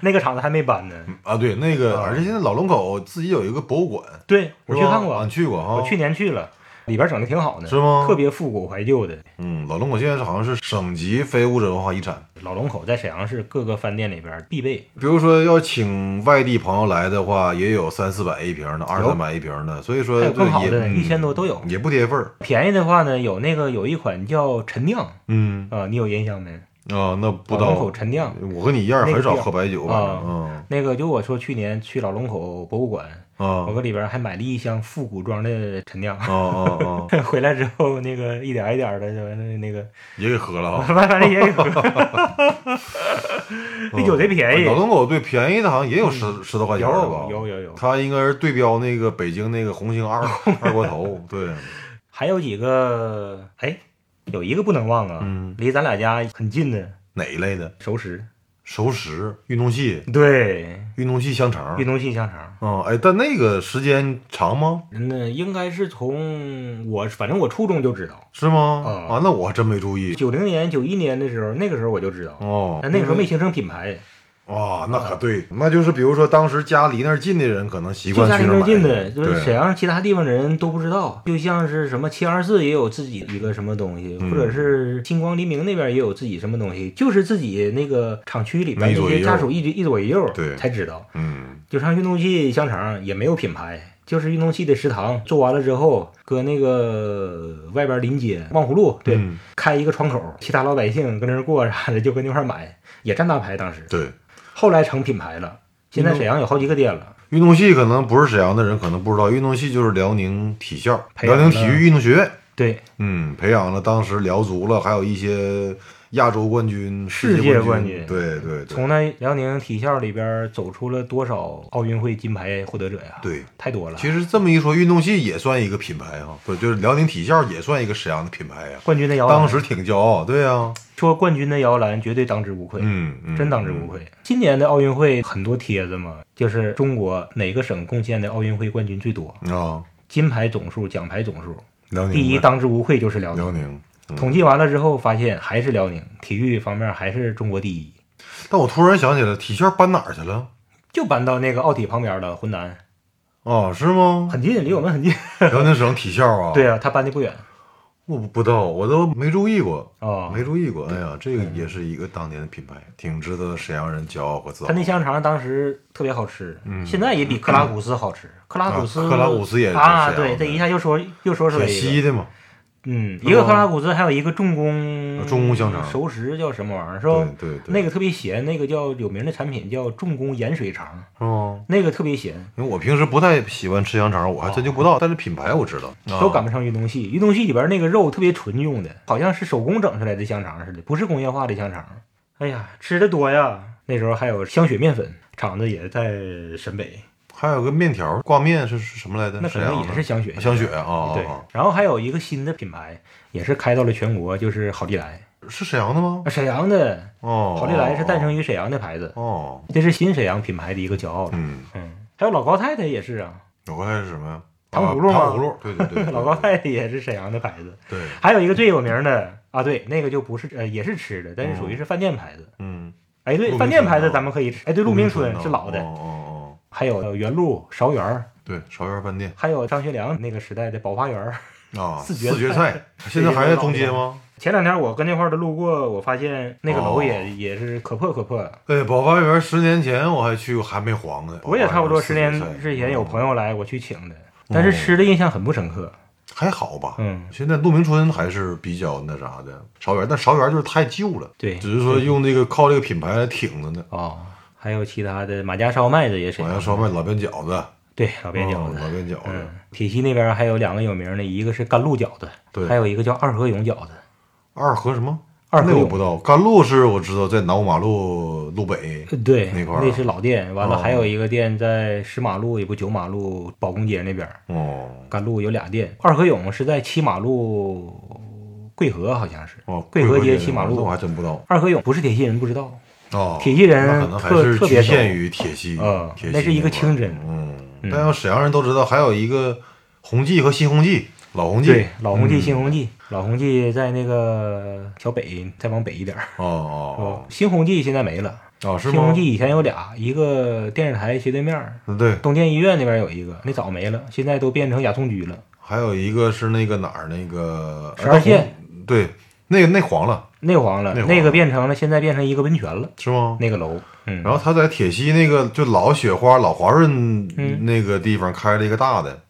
[SPEAKER 3] 那个厂子还没搬呢。
[SPEAKER 4] 啊！对，那个，而且现在老龙口自己有一个博物馆，
[SPEAKER 3] 对，我去
[SPEAKER 4] 是吧
[SPEAKER 3] 看过
[SPEAKER 4] 啊，你，去过哈？
[SPEAKER 3] 我去年去了，里边整的挺好的，
[SPEAKER 4] 是吗
[SPEAKER 3] 特别复古怀旧的。
[SPEAKER 4] 嗯，老龙口现在是好像是省级非物质文化遗产。
[SPEAKER 3] 老龙口在沈阳市各个饭店里边必备。
[SPEAKER 4] 比如说要请外地朋友来的话，也有三四百一瓶的，二
[SPEAKER 3] 有
[SPEAKER 4] 三百一瓶的，所以说
[SPEAKER 3] 还有
[SPEAKER 4] 这
[SPEAKER 3] 更好
[SPEAKER 4] 也
[SPEAKER 3] 的，
[SPEAKER 4] 嗯
[SPEAKER 3] 一千多都有。
[SPEAKER 4] 也不跌份儿。
[SPEAKER 3] 便宜的话呢，有那个有一款叫陈酿
[SPEAKER 4] 嗯
[SPEAKER 3] 啊、你有印象没？
[SPEAKER 4] 啊，那不
[SPEAKER 3] 老
[SPEAKER 4] 知道
[SPEAKER 3] 龙口陈酿，
[SPEAKER 4] 我和你一样
[SPEAKER 3] 那个
[SPEAKER 4] 很少
[SPEAKER 3] 地儿
[SPEAKER 4] 喝白酒，反
[SPEAKER 3] 啊
[SPEAKER 4] 正嗯
[SPEAKER 3] 那个就我说去年去老龙口博物馆，
[SPEAKER 4] 啊
[SPEAKER 3] 我搁里边还买了一箱复古装的陈酿。
[SPEAKER 4] 啊啊啊，
[SPEAKER 3] <laughs>
[SPEAKER 4] <laughs>
[SPEAKER 3] 回来之后，那个一点儿一点的，那那个，
[SPEAKER 4] 也给喝了哈。
[SPEAKER 3] 反正也有， <laughs>
[SPEAKER 4] 哦
[SPEAKER 3] 那酒贼便宜，嗯
[SPEAKER 4] 啊老东口对便宜的好像也有十十多块钱的吧？
[SPEAKER 3] 有有有有
[SPEAKER 4] 它应该是对标那个北京那个红
[SPEAKER 3] <laughs>
[SPEAKER 4] 星二二锅头，对，
[SPEAKER 3] 还有几个，哎，有一个不能忘啊，
[SPEAKER 4] 嗯
[SPEAKER 3] 离咱俩家很近的
[SPEAKER 4] 哪一类的？
[SPEAKER 3] 熟食，
[SPEAKER 4] 熟食、运动器、
[SPEAKER 3] 对，
[SPEAKER 4] 运动器香肠
[SPEAKER 3] 运。动信香肠。
[SPEAKER 4] 嗯，哎，但那个时间长吗？
[SPEAKER 3] 那应该是从我，反正我初中就知道，
[SPEAKER 4] 是吗？
[SPEAKER 3] 啊
[SPEAKER 4] 啊，那我还真没注意。
[SPEAKER 3] 九零年、九一年的时候，那个时候我就知道，
[SPEAKER 4] 哦，
[SPEAKER 3] 但那个时候没形成品牌，
[SPEAKER 4] 哇，那可对，那就是比如说当时家离那儿近的人，可能习
[SPEAKER 3] 就
[SPEAKER 4] 惯
[SPEAKER 3] 家
[SPEAKER 4] 去
[SPEAKER 3] 离那
[SPEAKER 4] 那儿
[SPEAKER 3] 儿
[SPEAKER 4] 买
[SPEAKER 3] 近的，就是沈
[SPEAKER 4] 对，啊
[SPEAKER 3] 阳其他地方的人都不知道。就像是什么七二四也有自己一个什么东西，
[SPEAKER 4] 嗯
[SPEAKER 3] 或者是星光黎明那边也有自己什么东西，就是自己那个厂区里边
[SPEAKER 4] 一左
[SPEAKER 3] 那
[SPEAKER 4] 一
[SPEAKER 3] 些
[SPEAKER 4] 右
[SPEAKER 3] 家属一直一左一右
[SPEAKER 4] 对
[SPEAKER 3] 才知道。
[SPEAKER 4] 嗯，
[SPEAKER 3] 就像运动器香肠也没有品牌，就是运动器的食堂做完了之后，搁那个外边临街望湖路对、
[SPEAKER 4] 嗯
[SPEAKER 3] 开一个窗口，其他老百姓跟那儿过啥的就跟那块儿买，也占大牌当时。
[SPEAKER 4] 对。
[SPEAKER 3] 后来成品牌了，现在沈阳有好几个店了。
[SPEAKER 4] 运动系可能不是沈阳的人可能不知道，运动系就是辽宁体校、
[SPEAKER 3] 培
[SPEAKER 4] 辽
[SPEAKER 3] 养
[SPEAKER 4] 宁体育运动学院，
[SPEAKER 3] 对，
[SPEAKER 4] 嗯，培养了当时辽足了，还有一些亚洲冠军、
[SPEAKER 3] 世
[SPEAKER 4] 界
[SPEAKER 3] 界
[SPEAKER 4] 冠
[SPEAKER 3] 冠
[SPEAKER 4] 军，
[SPEAKER 3] 军
[SPEAKER 4] 对对对，
[SPEAKER 3] 从那辽宁体校里边走出了多少奥运会金牌获得者呀？
[SPEAKER 4] 对
[SPEAKER 3] 太多了。
[SPEAKER 4] 其实这么一说，运动系也算一个品牌啊，不就是辽宁体校也算一个沈阳的品牌呀、啊
[SPEAKER 3] 冠军的摇篮，
[SPEAKER 4] 当时挺骄傲，对呀、
[SPEAKER 3] 说冠军的摇篮绝对当之无愧，
[SPEAKER 4] 嗯，嗯
[SPEAKER 3] 真当之无愧。今年的奥运会很多帖子嘛，就是中国哪个省贡献的奥运会冠军最多，
[SPEAKER 4] 嗯啊，
[SPEAKER 3] 金牌总数、奖牌总数，
[SPEAKER 4] 辽宁
[SPEAKER 3] 第一
[SPEAKER 4] 呗
[SPEAKER 3] 当之无愧就是辽
[SPEAKER 4] 辽
[SPEAKER 3] 宁。
[SPEAKER 4] 宁。嗯
[SPEAKER 3] 统计完了之后，发现还是辽宁，体育方面还是中国第一，
[SPEAKER 4] 但我突然想起来，体校搬哪儿去了？
[SPEAKER 3] 就搬到那个奥体旁边了，浑南
[SPEAKER 4] 哦，是
[SPEAKER 3] <laughs>
[SPEAKER 4] 吗？
[SPEAKER 3] 很近，离我们很近。
[SPEAKER 4] 辽宁省体校啊？
[SPEAKER 3] 对，啊，他搬的不远。
[SPEAKER 4] 我不知道，我都没注意过，
[SPEAKER 3] 哦
[SPEAKER 4] 没注意过。哎呀，这个也是一个当年的品牌，挺值得沈阳人骄傲和自豪
[SPEAKER 3] 他。那香肠当时特别好吃，现在也比克拉古斯好吃。克拉古斯，
[SPEAKER 4] 嗯啊克拉古斯也是
[SPEAKER 3] 啊，
[SPEAKER 4] 沈阳
[SPEAKER 3] 对，
[SPEAKER 4] 的
[SPEAKER 3] 这一下又说又说出来
[SPEAKER 4] 铁
[SPEAKER 3] 一
[SPEAKER 4] 西
[SPEAKER 3] 个，
[SPEAKER 4] 的嘛，
[SPEAKER 3] 嗯，
[SPEAKER 4] 吧
[SPEAKER 3] 一个克拉古兹，还有一个重工
[SPEAKER 4] 啊重工香肠
[SPEAKER 3] 熟食叫什么玩意儿是
[SPEAKER 4] 对
[SPEAKER 3] 吧？
[SPEAKER 4] 对对，
[SPEAKER 3] 那个特别咸，那个叫有名的产品叫重工盐水肠，
[SPEAKER 4] 是吗？
[SPEAKER 3] 那个特别咸，
[SPEAKER 4] 因为我平时不太喜欢吃香肠，我还真就不知
[SPEAKER 3] 哦
[SPEAKER 4] 道，但是品牌我知道，啊
[SPEAKER 3] 都赶不上云东系。云东系里边那个肉特别纯用的，好像是手工整出来的香肠似的，不是工业化的香肠。哎呀，吃的多呀！那时候还有香雪面粉，厂子也在沈北，
[SPEAKER 4] 还有个面条挂面是是什么来着？
[SPEAKER 3] 那可能也是香雪。
[SPEAKER 4] 香雪啊，
[SPEAKER 3] 对
[SPEAKER 4] 啊，
[SPEAKER 3] 然后还有一个新的品牌，也是开到了全国，就是好利来，
[SPEAKER 4] 是沈阳的吗？
[SPEAKER 3] 沈阳的
[SPEAKER 4] 哦，
[SPEAKER 3] 好利来是诞生于沈阳的牌子，
[SPEAKER 4] 哦，
[SPEAKER 3] 这是新沈阳品牌的一个骄傲了。
[SPEAKER 4] 嗯，
[SPEAKER 3] 嗯，还有老高太太也是啊，
[SPEAKER 4] 老高太是什么呀？
[SPEAKER 3] 糖
[SPEAKER 4] 啊
[SPEAKER 3] 葫芦吗
[SPEAKER 4] 糖葫芦，对对对，
[SPEAKER 3] <laughs>
[SPEAKER 4] 对
[SPEAKER 3] 老高太太也是沈阳的牌子。
[SPEAKER 4] 对，
[SPEAKER 3] 还有一个最有名的啊，对，那个就不是呃，也是吃的，但是
[SPEAKER 4] 哦
[SPEAKER 3] 属于是饭店牌子。 <laughs>
[SPEAKER 4] 嗯，
[SPEAKER 3] 哎，对
[SPEAKER 4] 鹿，鸣
[SPEAKER 3] 饭店牌子
[SPEAKER 4] 村啊
[SPEAKER 3] 咱们可以吃。哎，对，鹿鸣村
[SPEAKER 4] 啊
[SPEAKER 3] 是老的，
[SPEAKER 4] 哦哦哦，
[SPEAKER 3] 还有原路勺园儿，
[SPEAKER 4] 对，芍药饭店
[SPEAKER 3] 还有张学良那个时代的宝华园儿。
[SPEAKER 4] 啊，
[SPEAKER 3] 四
[SPEAKER 4] 四
[SPEAKER 3] 绝菜
[SPEAKER 4] 绝菜，
[SPEAKER 3] <laughs>
[SPEAKER 4] 现在还在中街吗？
[SPEAKER 3] 前两天我跟那块儿的路过，我发现那个楼也、
[SPEAKER 4] 哦
[SPEAKER 3] 也是可破可破了。
[SPEAKER 4] 对，宝华园十年前我还去过，还没黄呢。
[SPEAKER 3] 我也差不多十年
[SPEAKER 4] 宝华园四绝
[SPEAKER 3] 之
[SPEAKER 4] 菜
[SPEAKER 3] 前有
[SPEAKER 4] 嗯
[SPEAKER 3] 朋友来，我去请的，但是吃的印象很不深刻。
[SPEAKER 4] 还好吧？
[SPEAKER 3] 嗯，
[SPEAKER 4] 现在鹿鸣村还是比较那啥的，芍园，但芍园就是太旧了，
[SPEAKER 3] 对
[SPEAKER 4] 只是说用这个靠这个品牌来挺着呢。
[SPEAKER 3] 哦，还有其他的马家烧麦子也是
[SPEAKER 4] 马家烧麦、老边饺子，
[SPEAKER 3] 对老边饺子
[SPEAKER 4] 嗯，老边饺子
[SPEAKER 3] 嗯，，体系那边还有两个有名的，一个是甘露饺子，
[SPEAKER 4] 对
[SPEAKER 3] 还有一个叫二合勇饺子。
[SPEAKER 4] 二河什么？
[SPEAKER 3] 二河
[SPEAKER 4] 那我
[SPEAKER 3] 勇
[SPEAKER 4] 不知道，甘露是我知道在南五马路路北，
[SPEAKER 3] 呃对，
[SPEAKER 4] 那块儿啊
[SPEAKER 3] 是老店。完了，
[SPEAKER 4] 哦
[SPEAKER 3] 还有一个店在石马路，也不九马路保工街那边儿。
[SPEAKER 4] 哦
[SPEAKER 3] 甘露有俩店，二合勇是在七马路桂河，好像是。
[SPEAKER 4] 哦，
[SPEAKER 3] 桂河街
[SPEAKER 4] 那
[SPEAKER 3] 西马
[SPEAKER 4] 那我
[SPEAKER 3] 路
[SPEAKER 4] 还。真不知道
[SPEAKER 3] 二合勇不是铁西人，不知道。
[SPEAKER 4] 哦，
[SPEAKER 3] 铁西人
[SPEAKER 4] 那可能还
[SPEAKER 3] 特
[SPEAKER 4] 是
[SPEAKER 3] 特
[SPEAKER 4] 局
[SPEAKER 3] 别
[SPEAKER 4] 限
[SPEAKER 3] 熟
[SPEAKER 4] 于铁西，
[SPEAKER 3] 嗯
[SPEAKER 4] 铁西
[SPEAKER 3] 那是一个
[SPEAKER 4] 那块儿
[SPEAKER 3] 清真
[SPEAKER 4] 嗯，
[SPEAKER 3] 嗯
[SPEAKER 4] 但要沈阳人都知道，还有一个红记和新红记，老红记，
[SPEAKER 3] 对，老红记、
[SPEAKER 4] 嗯
[SPEAKER 3] 新红记，老红记在那个小北，再往北一点儿。
[SPEAKER 4] 哦哦
[SPEAKER 3] 新红记现在没了。
[SPEAKER 4] 哦，哦是
[SPEAKER 3] 新
[SPEAKER 4] 吗嗯
[SPEAKER 3] 红？记以前有俩，一个电视台斜对面儿，
[SPEAKER 4] 对，
[SPEAKER 3] 东建医院那边有一个，那早没了，现在都变成雅颂居了。
[SPEAKER 4] 还有一个是那个哪儿那个
[SPEAKER 3] 十二线，
[SPEAKER 4] 呃对，那个那黄了
[SPEAKER 3] 那个黄了，
[SPEAKER 4] 那个黄了
[SPEAKER 3] 那个变成了现在变成一个温泉了，
[SPEAKER 4] 是吗？
[SPEAKER 3] 那个楼。嗯，
[SPEAKER 4] 然后他在铁西那个就老雪花老华
[SPEAKER 3] 嗯
[SPEAKER 4] 润那个地方开了一个大的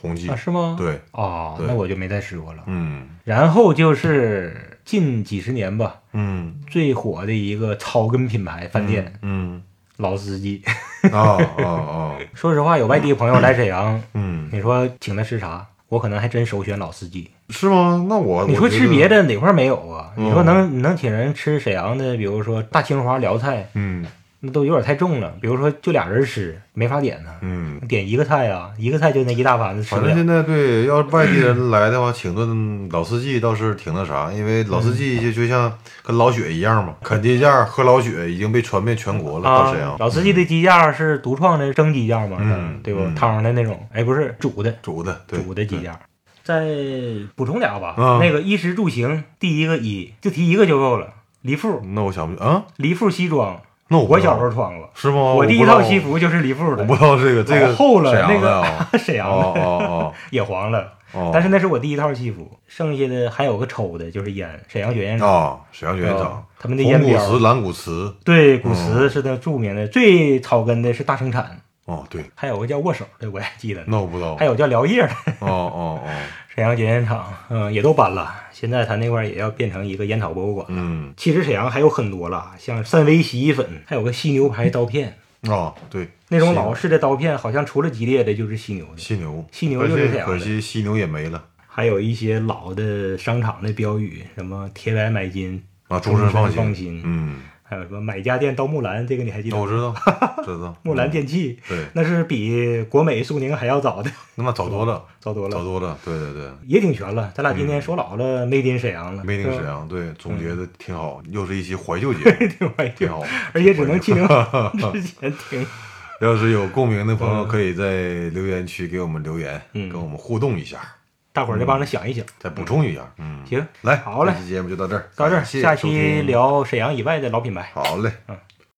[SPEAKER 4] 红记
[SPEAKER 3] 啊，是吗？，
[SPEAKER 4] 对，
[SPEAKER 3] 哦，
[SPEAKER 4] 对
[SPEAKER 3] 那我就没再吃过了。
[SPEAKER 4] 嗯
[SPEAKER 3] 然后就是近几十年吧，
[SPEAKER 4] 嗯
[SPEAKER 3] 最火的一个草根品牌饭店、
[SPEAKER 4] 嗯
[SPEAKER 3] 老司机。 <laughs>
[SPEAKER 4] 啊啊啊
[SPEAKER 3] 说实话，有外地朋友来沈阳，
[SPEAKER 4] 嗯，
[SPEAKER 3] 你说请他吃啥，我可能还真首选老司机。
[SPEAKER 4] 是吗？那我
[SPEAKER 3] 你说吃别，
[SPEAKER 4] 我觉
[SPEAKER 3] 的
[SPEAKER 4] 得
[SPEAKER 3] 哪块儿没有啊？
[SPEAKER 4] 嗯
[SPEAKER 3] 你说能能请人吃沈阳的，比如说大青花辽菜，
[SPEAKER 4] 嗯
[SPEAKER 3] 那都有点太重了。比如说就俩人吃，没法点呢、
[SPEAKER 4] 嗯，
[SPEAKER 3] 点一个菜啊，一个菜就那一大盘子吃
[SPEAKER 4] 反
[SPEAKER 3] 不了。
[SPEAKER 4] 正
[SPEAKER 3] 啊
[SPEAKER 4] 现在对， <clears throat> 要是外地人来的话，请顿老司机倒是挺那啥，因为老司
[SPEAKER 3] 嗯
[SPEAKER 4] 机就就像跟老雪一样嘛，啃鸡架喝老雪已经被传遍全国了，到沈阳
[SPEAKER 3] 啊，老司机的鸡架是独创的蒸鸡架嘛，
[SPEAKER 4] 嗯
[SPEAKER 3] 对不？
[SPEAKER 4] 嗯
[SPEAKER 3] 汤的那种，哎，不是煮的，
[SPEAKER 4] 煮的对
[SPEAKER 3] 煮的鸡架。再补充俩吧，
[SPEAKER 4] 嗯
[SPEAKER 3] 那个衣食住行，第一个衣就提一个就够了，黎富，
[SPEAKER 4] 那我想不啊，
[SPEAKER 3] 黎富西装，
[SPEAKER 4] 那哦我不
[SPEAKER 3] 我
[SPEAKER 4] 知道
[SPEAKER 3] 小时候穿过，
[SPEAKER 4] 是吗？
[SPEAKER 3] 我第一套西
[SPEAKER 4] 服，
[SPEAKER 3] 服就是黎富
[SPEAKER 4] 我
[SPEAKER 3] 的
[SPEAKER 4] 不，知道这个这
[SPEAKER 3] 老
[SPEAKER 4] 个
[SPEAKER 3] 厚了
[SPEAKER 4] 沈阳
[SPEAKER 3] 那
[SPEAKER 4] 的
[SPEAKER 3] 个
[SPEAKER 4] 啊
[SPEAKER 3] <laughs> 沈阳的
[SPEAKER 4] 哦哦
[SPEAKER 3] 也黄了，
[SPEAKER 4] 哦哦，
[SPEAKER 3] <laughs> 但是那是我第一套西服，剩下的还有个抽的，就是烟，沈阳卷烟厂，
[SPEAKER 4] 啊，沈阳学院
[SPEAKER 3] 哦
[SPEAKER 4] 长，
[SPEAKER 3] 他们的烟
[SPEAKER 4] 红哦
[SPEAKER 3] 标
[SPEAKER 4] 古瓷、蓝古瓷，
[SPEAKER 3] 对，古瓷是它著名的，最草根的是大生产，
[SPEAKER 4] 哦对，
[SPEAKER 3] 还有个叫握手的，我也记得呢，
[SPEAKER 4] 那我不知道，
[SPEAKER 3] 还有叫辽叶的，
[SPEAKER 4] 哦哦哦，
[SPEAKER 3] 沈阳卷烟厂，嗯，也都搬了，现在它那块儿也要变成一个烟草博物馆。
[SPEAKER 4] 嗯
[SPEAKER 3] 其实沈阳还有很多了，像三维洗衣粉，还有个犀牛牌刀片，
[SPEAKER 4] 啊对，
[SPEAKER 3] 那种
[SPEAKER 4] 犀牛
[SPEAKER 3] 老式的刀片，好像除了吉列的就是犀牛的，
[SPEAKER 4] 犀牛，
[SPEAKER 3] 犀牛
[SPEAKER 4] 但
[SPEAKER 3] 就是是沈阳
[SPEAKER 4] 可
[SPEAKER 3] 的
[SPEAKER 4] 惜犀牛也没了
[SPEAKER 3] 还有一些老的商场的标语，什么“铁杆买金
[SPEAKER 4] 啊，终身
[SPEAKER 3] 放
[SPEAKER 4] 放
[SPEAKER 3] 放
[SPEAKER 4] 心，
[SPEAKER 3] 心”，
[SPEAKER 4] 嗯，
[SPEAKER 3] 还有什么“买家电到木兰”，这个你还记得
[SPEAKER 4] 我
[SPEAKER 3] 吗？
[SPEAKER 4] 知道知道，
[SPEAKER 3] <laughs>
[SPEAKER 4] 嗯
[SPEAKER 3] 木兰电器，
[SPEAKER 4] 对，
[SPEAKER 3] 那是比国美、苏宁还要早的，
[SPEAKER 4] 那么早多了，
[SPEAKER 3] <laughs> 早多
[SPEAKER 4] <laughs> 早
[SPEAKER 3] 了，
[SPEAKER 4] 多了，对对对。
[SPEAKER 3] 也挺全了。咱俩今天说老了，没进沈阳了，
[SPEAKER 4] 没听沈
[SPEAKER 3] <laughs>
[SPEAKER 4] 啊
[SPEAKER 3] 阳，
[SPEAKER 4] 阳，对，总
[SPEAKER 3] 嗯
[SPEAKER 4] 结的挺好，又是一期怀旧节
[SPEAKER 3] <laughs>
[SPEAKER 4] 目，
[SPEAKER 3] 挺怀
[SPEAKER 4] 挺
[SPEAKER 3] 旧，
[SPEAKER 4] 好， <laughs>
[SPEAKER 3] 而且只能七零之前听。
[SPEAKER 4] 要是有共鸣的朋友，可以在留言区给我们留言，
[SPEAKER 3] 嗯
[SPEAKER 4] 跟我们互动一下，
[SPEAKER 3] 大伙儿就帮着想一想，
[SPEAKER 4] 再补充一下。嗯，
[SPEAKER 3] 行，
[SPEAKER 4] 来，
[SPEAKER 3] 好嘞
[SPEAKER 4] 这期节目就到这儿，
[SPEAKER 3] 到这儿，
[SPEAKER 4] 感谢
[SPEAKER 3] 下
[SPEAKER 4] 收
[SPEAKER 3] 期
[SPEAKER 4] 听。
[SPEAKER 3] 聊沈阳以外的老品牌。
[SPEAKER 4] 好嘞，
[SPEAKER 3] 嗯，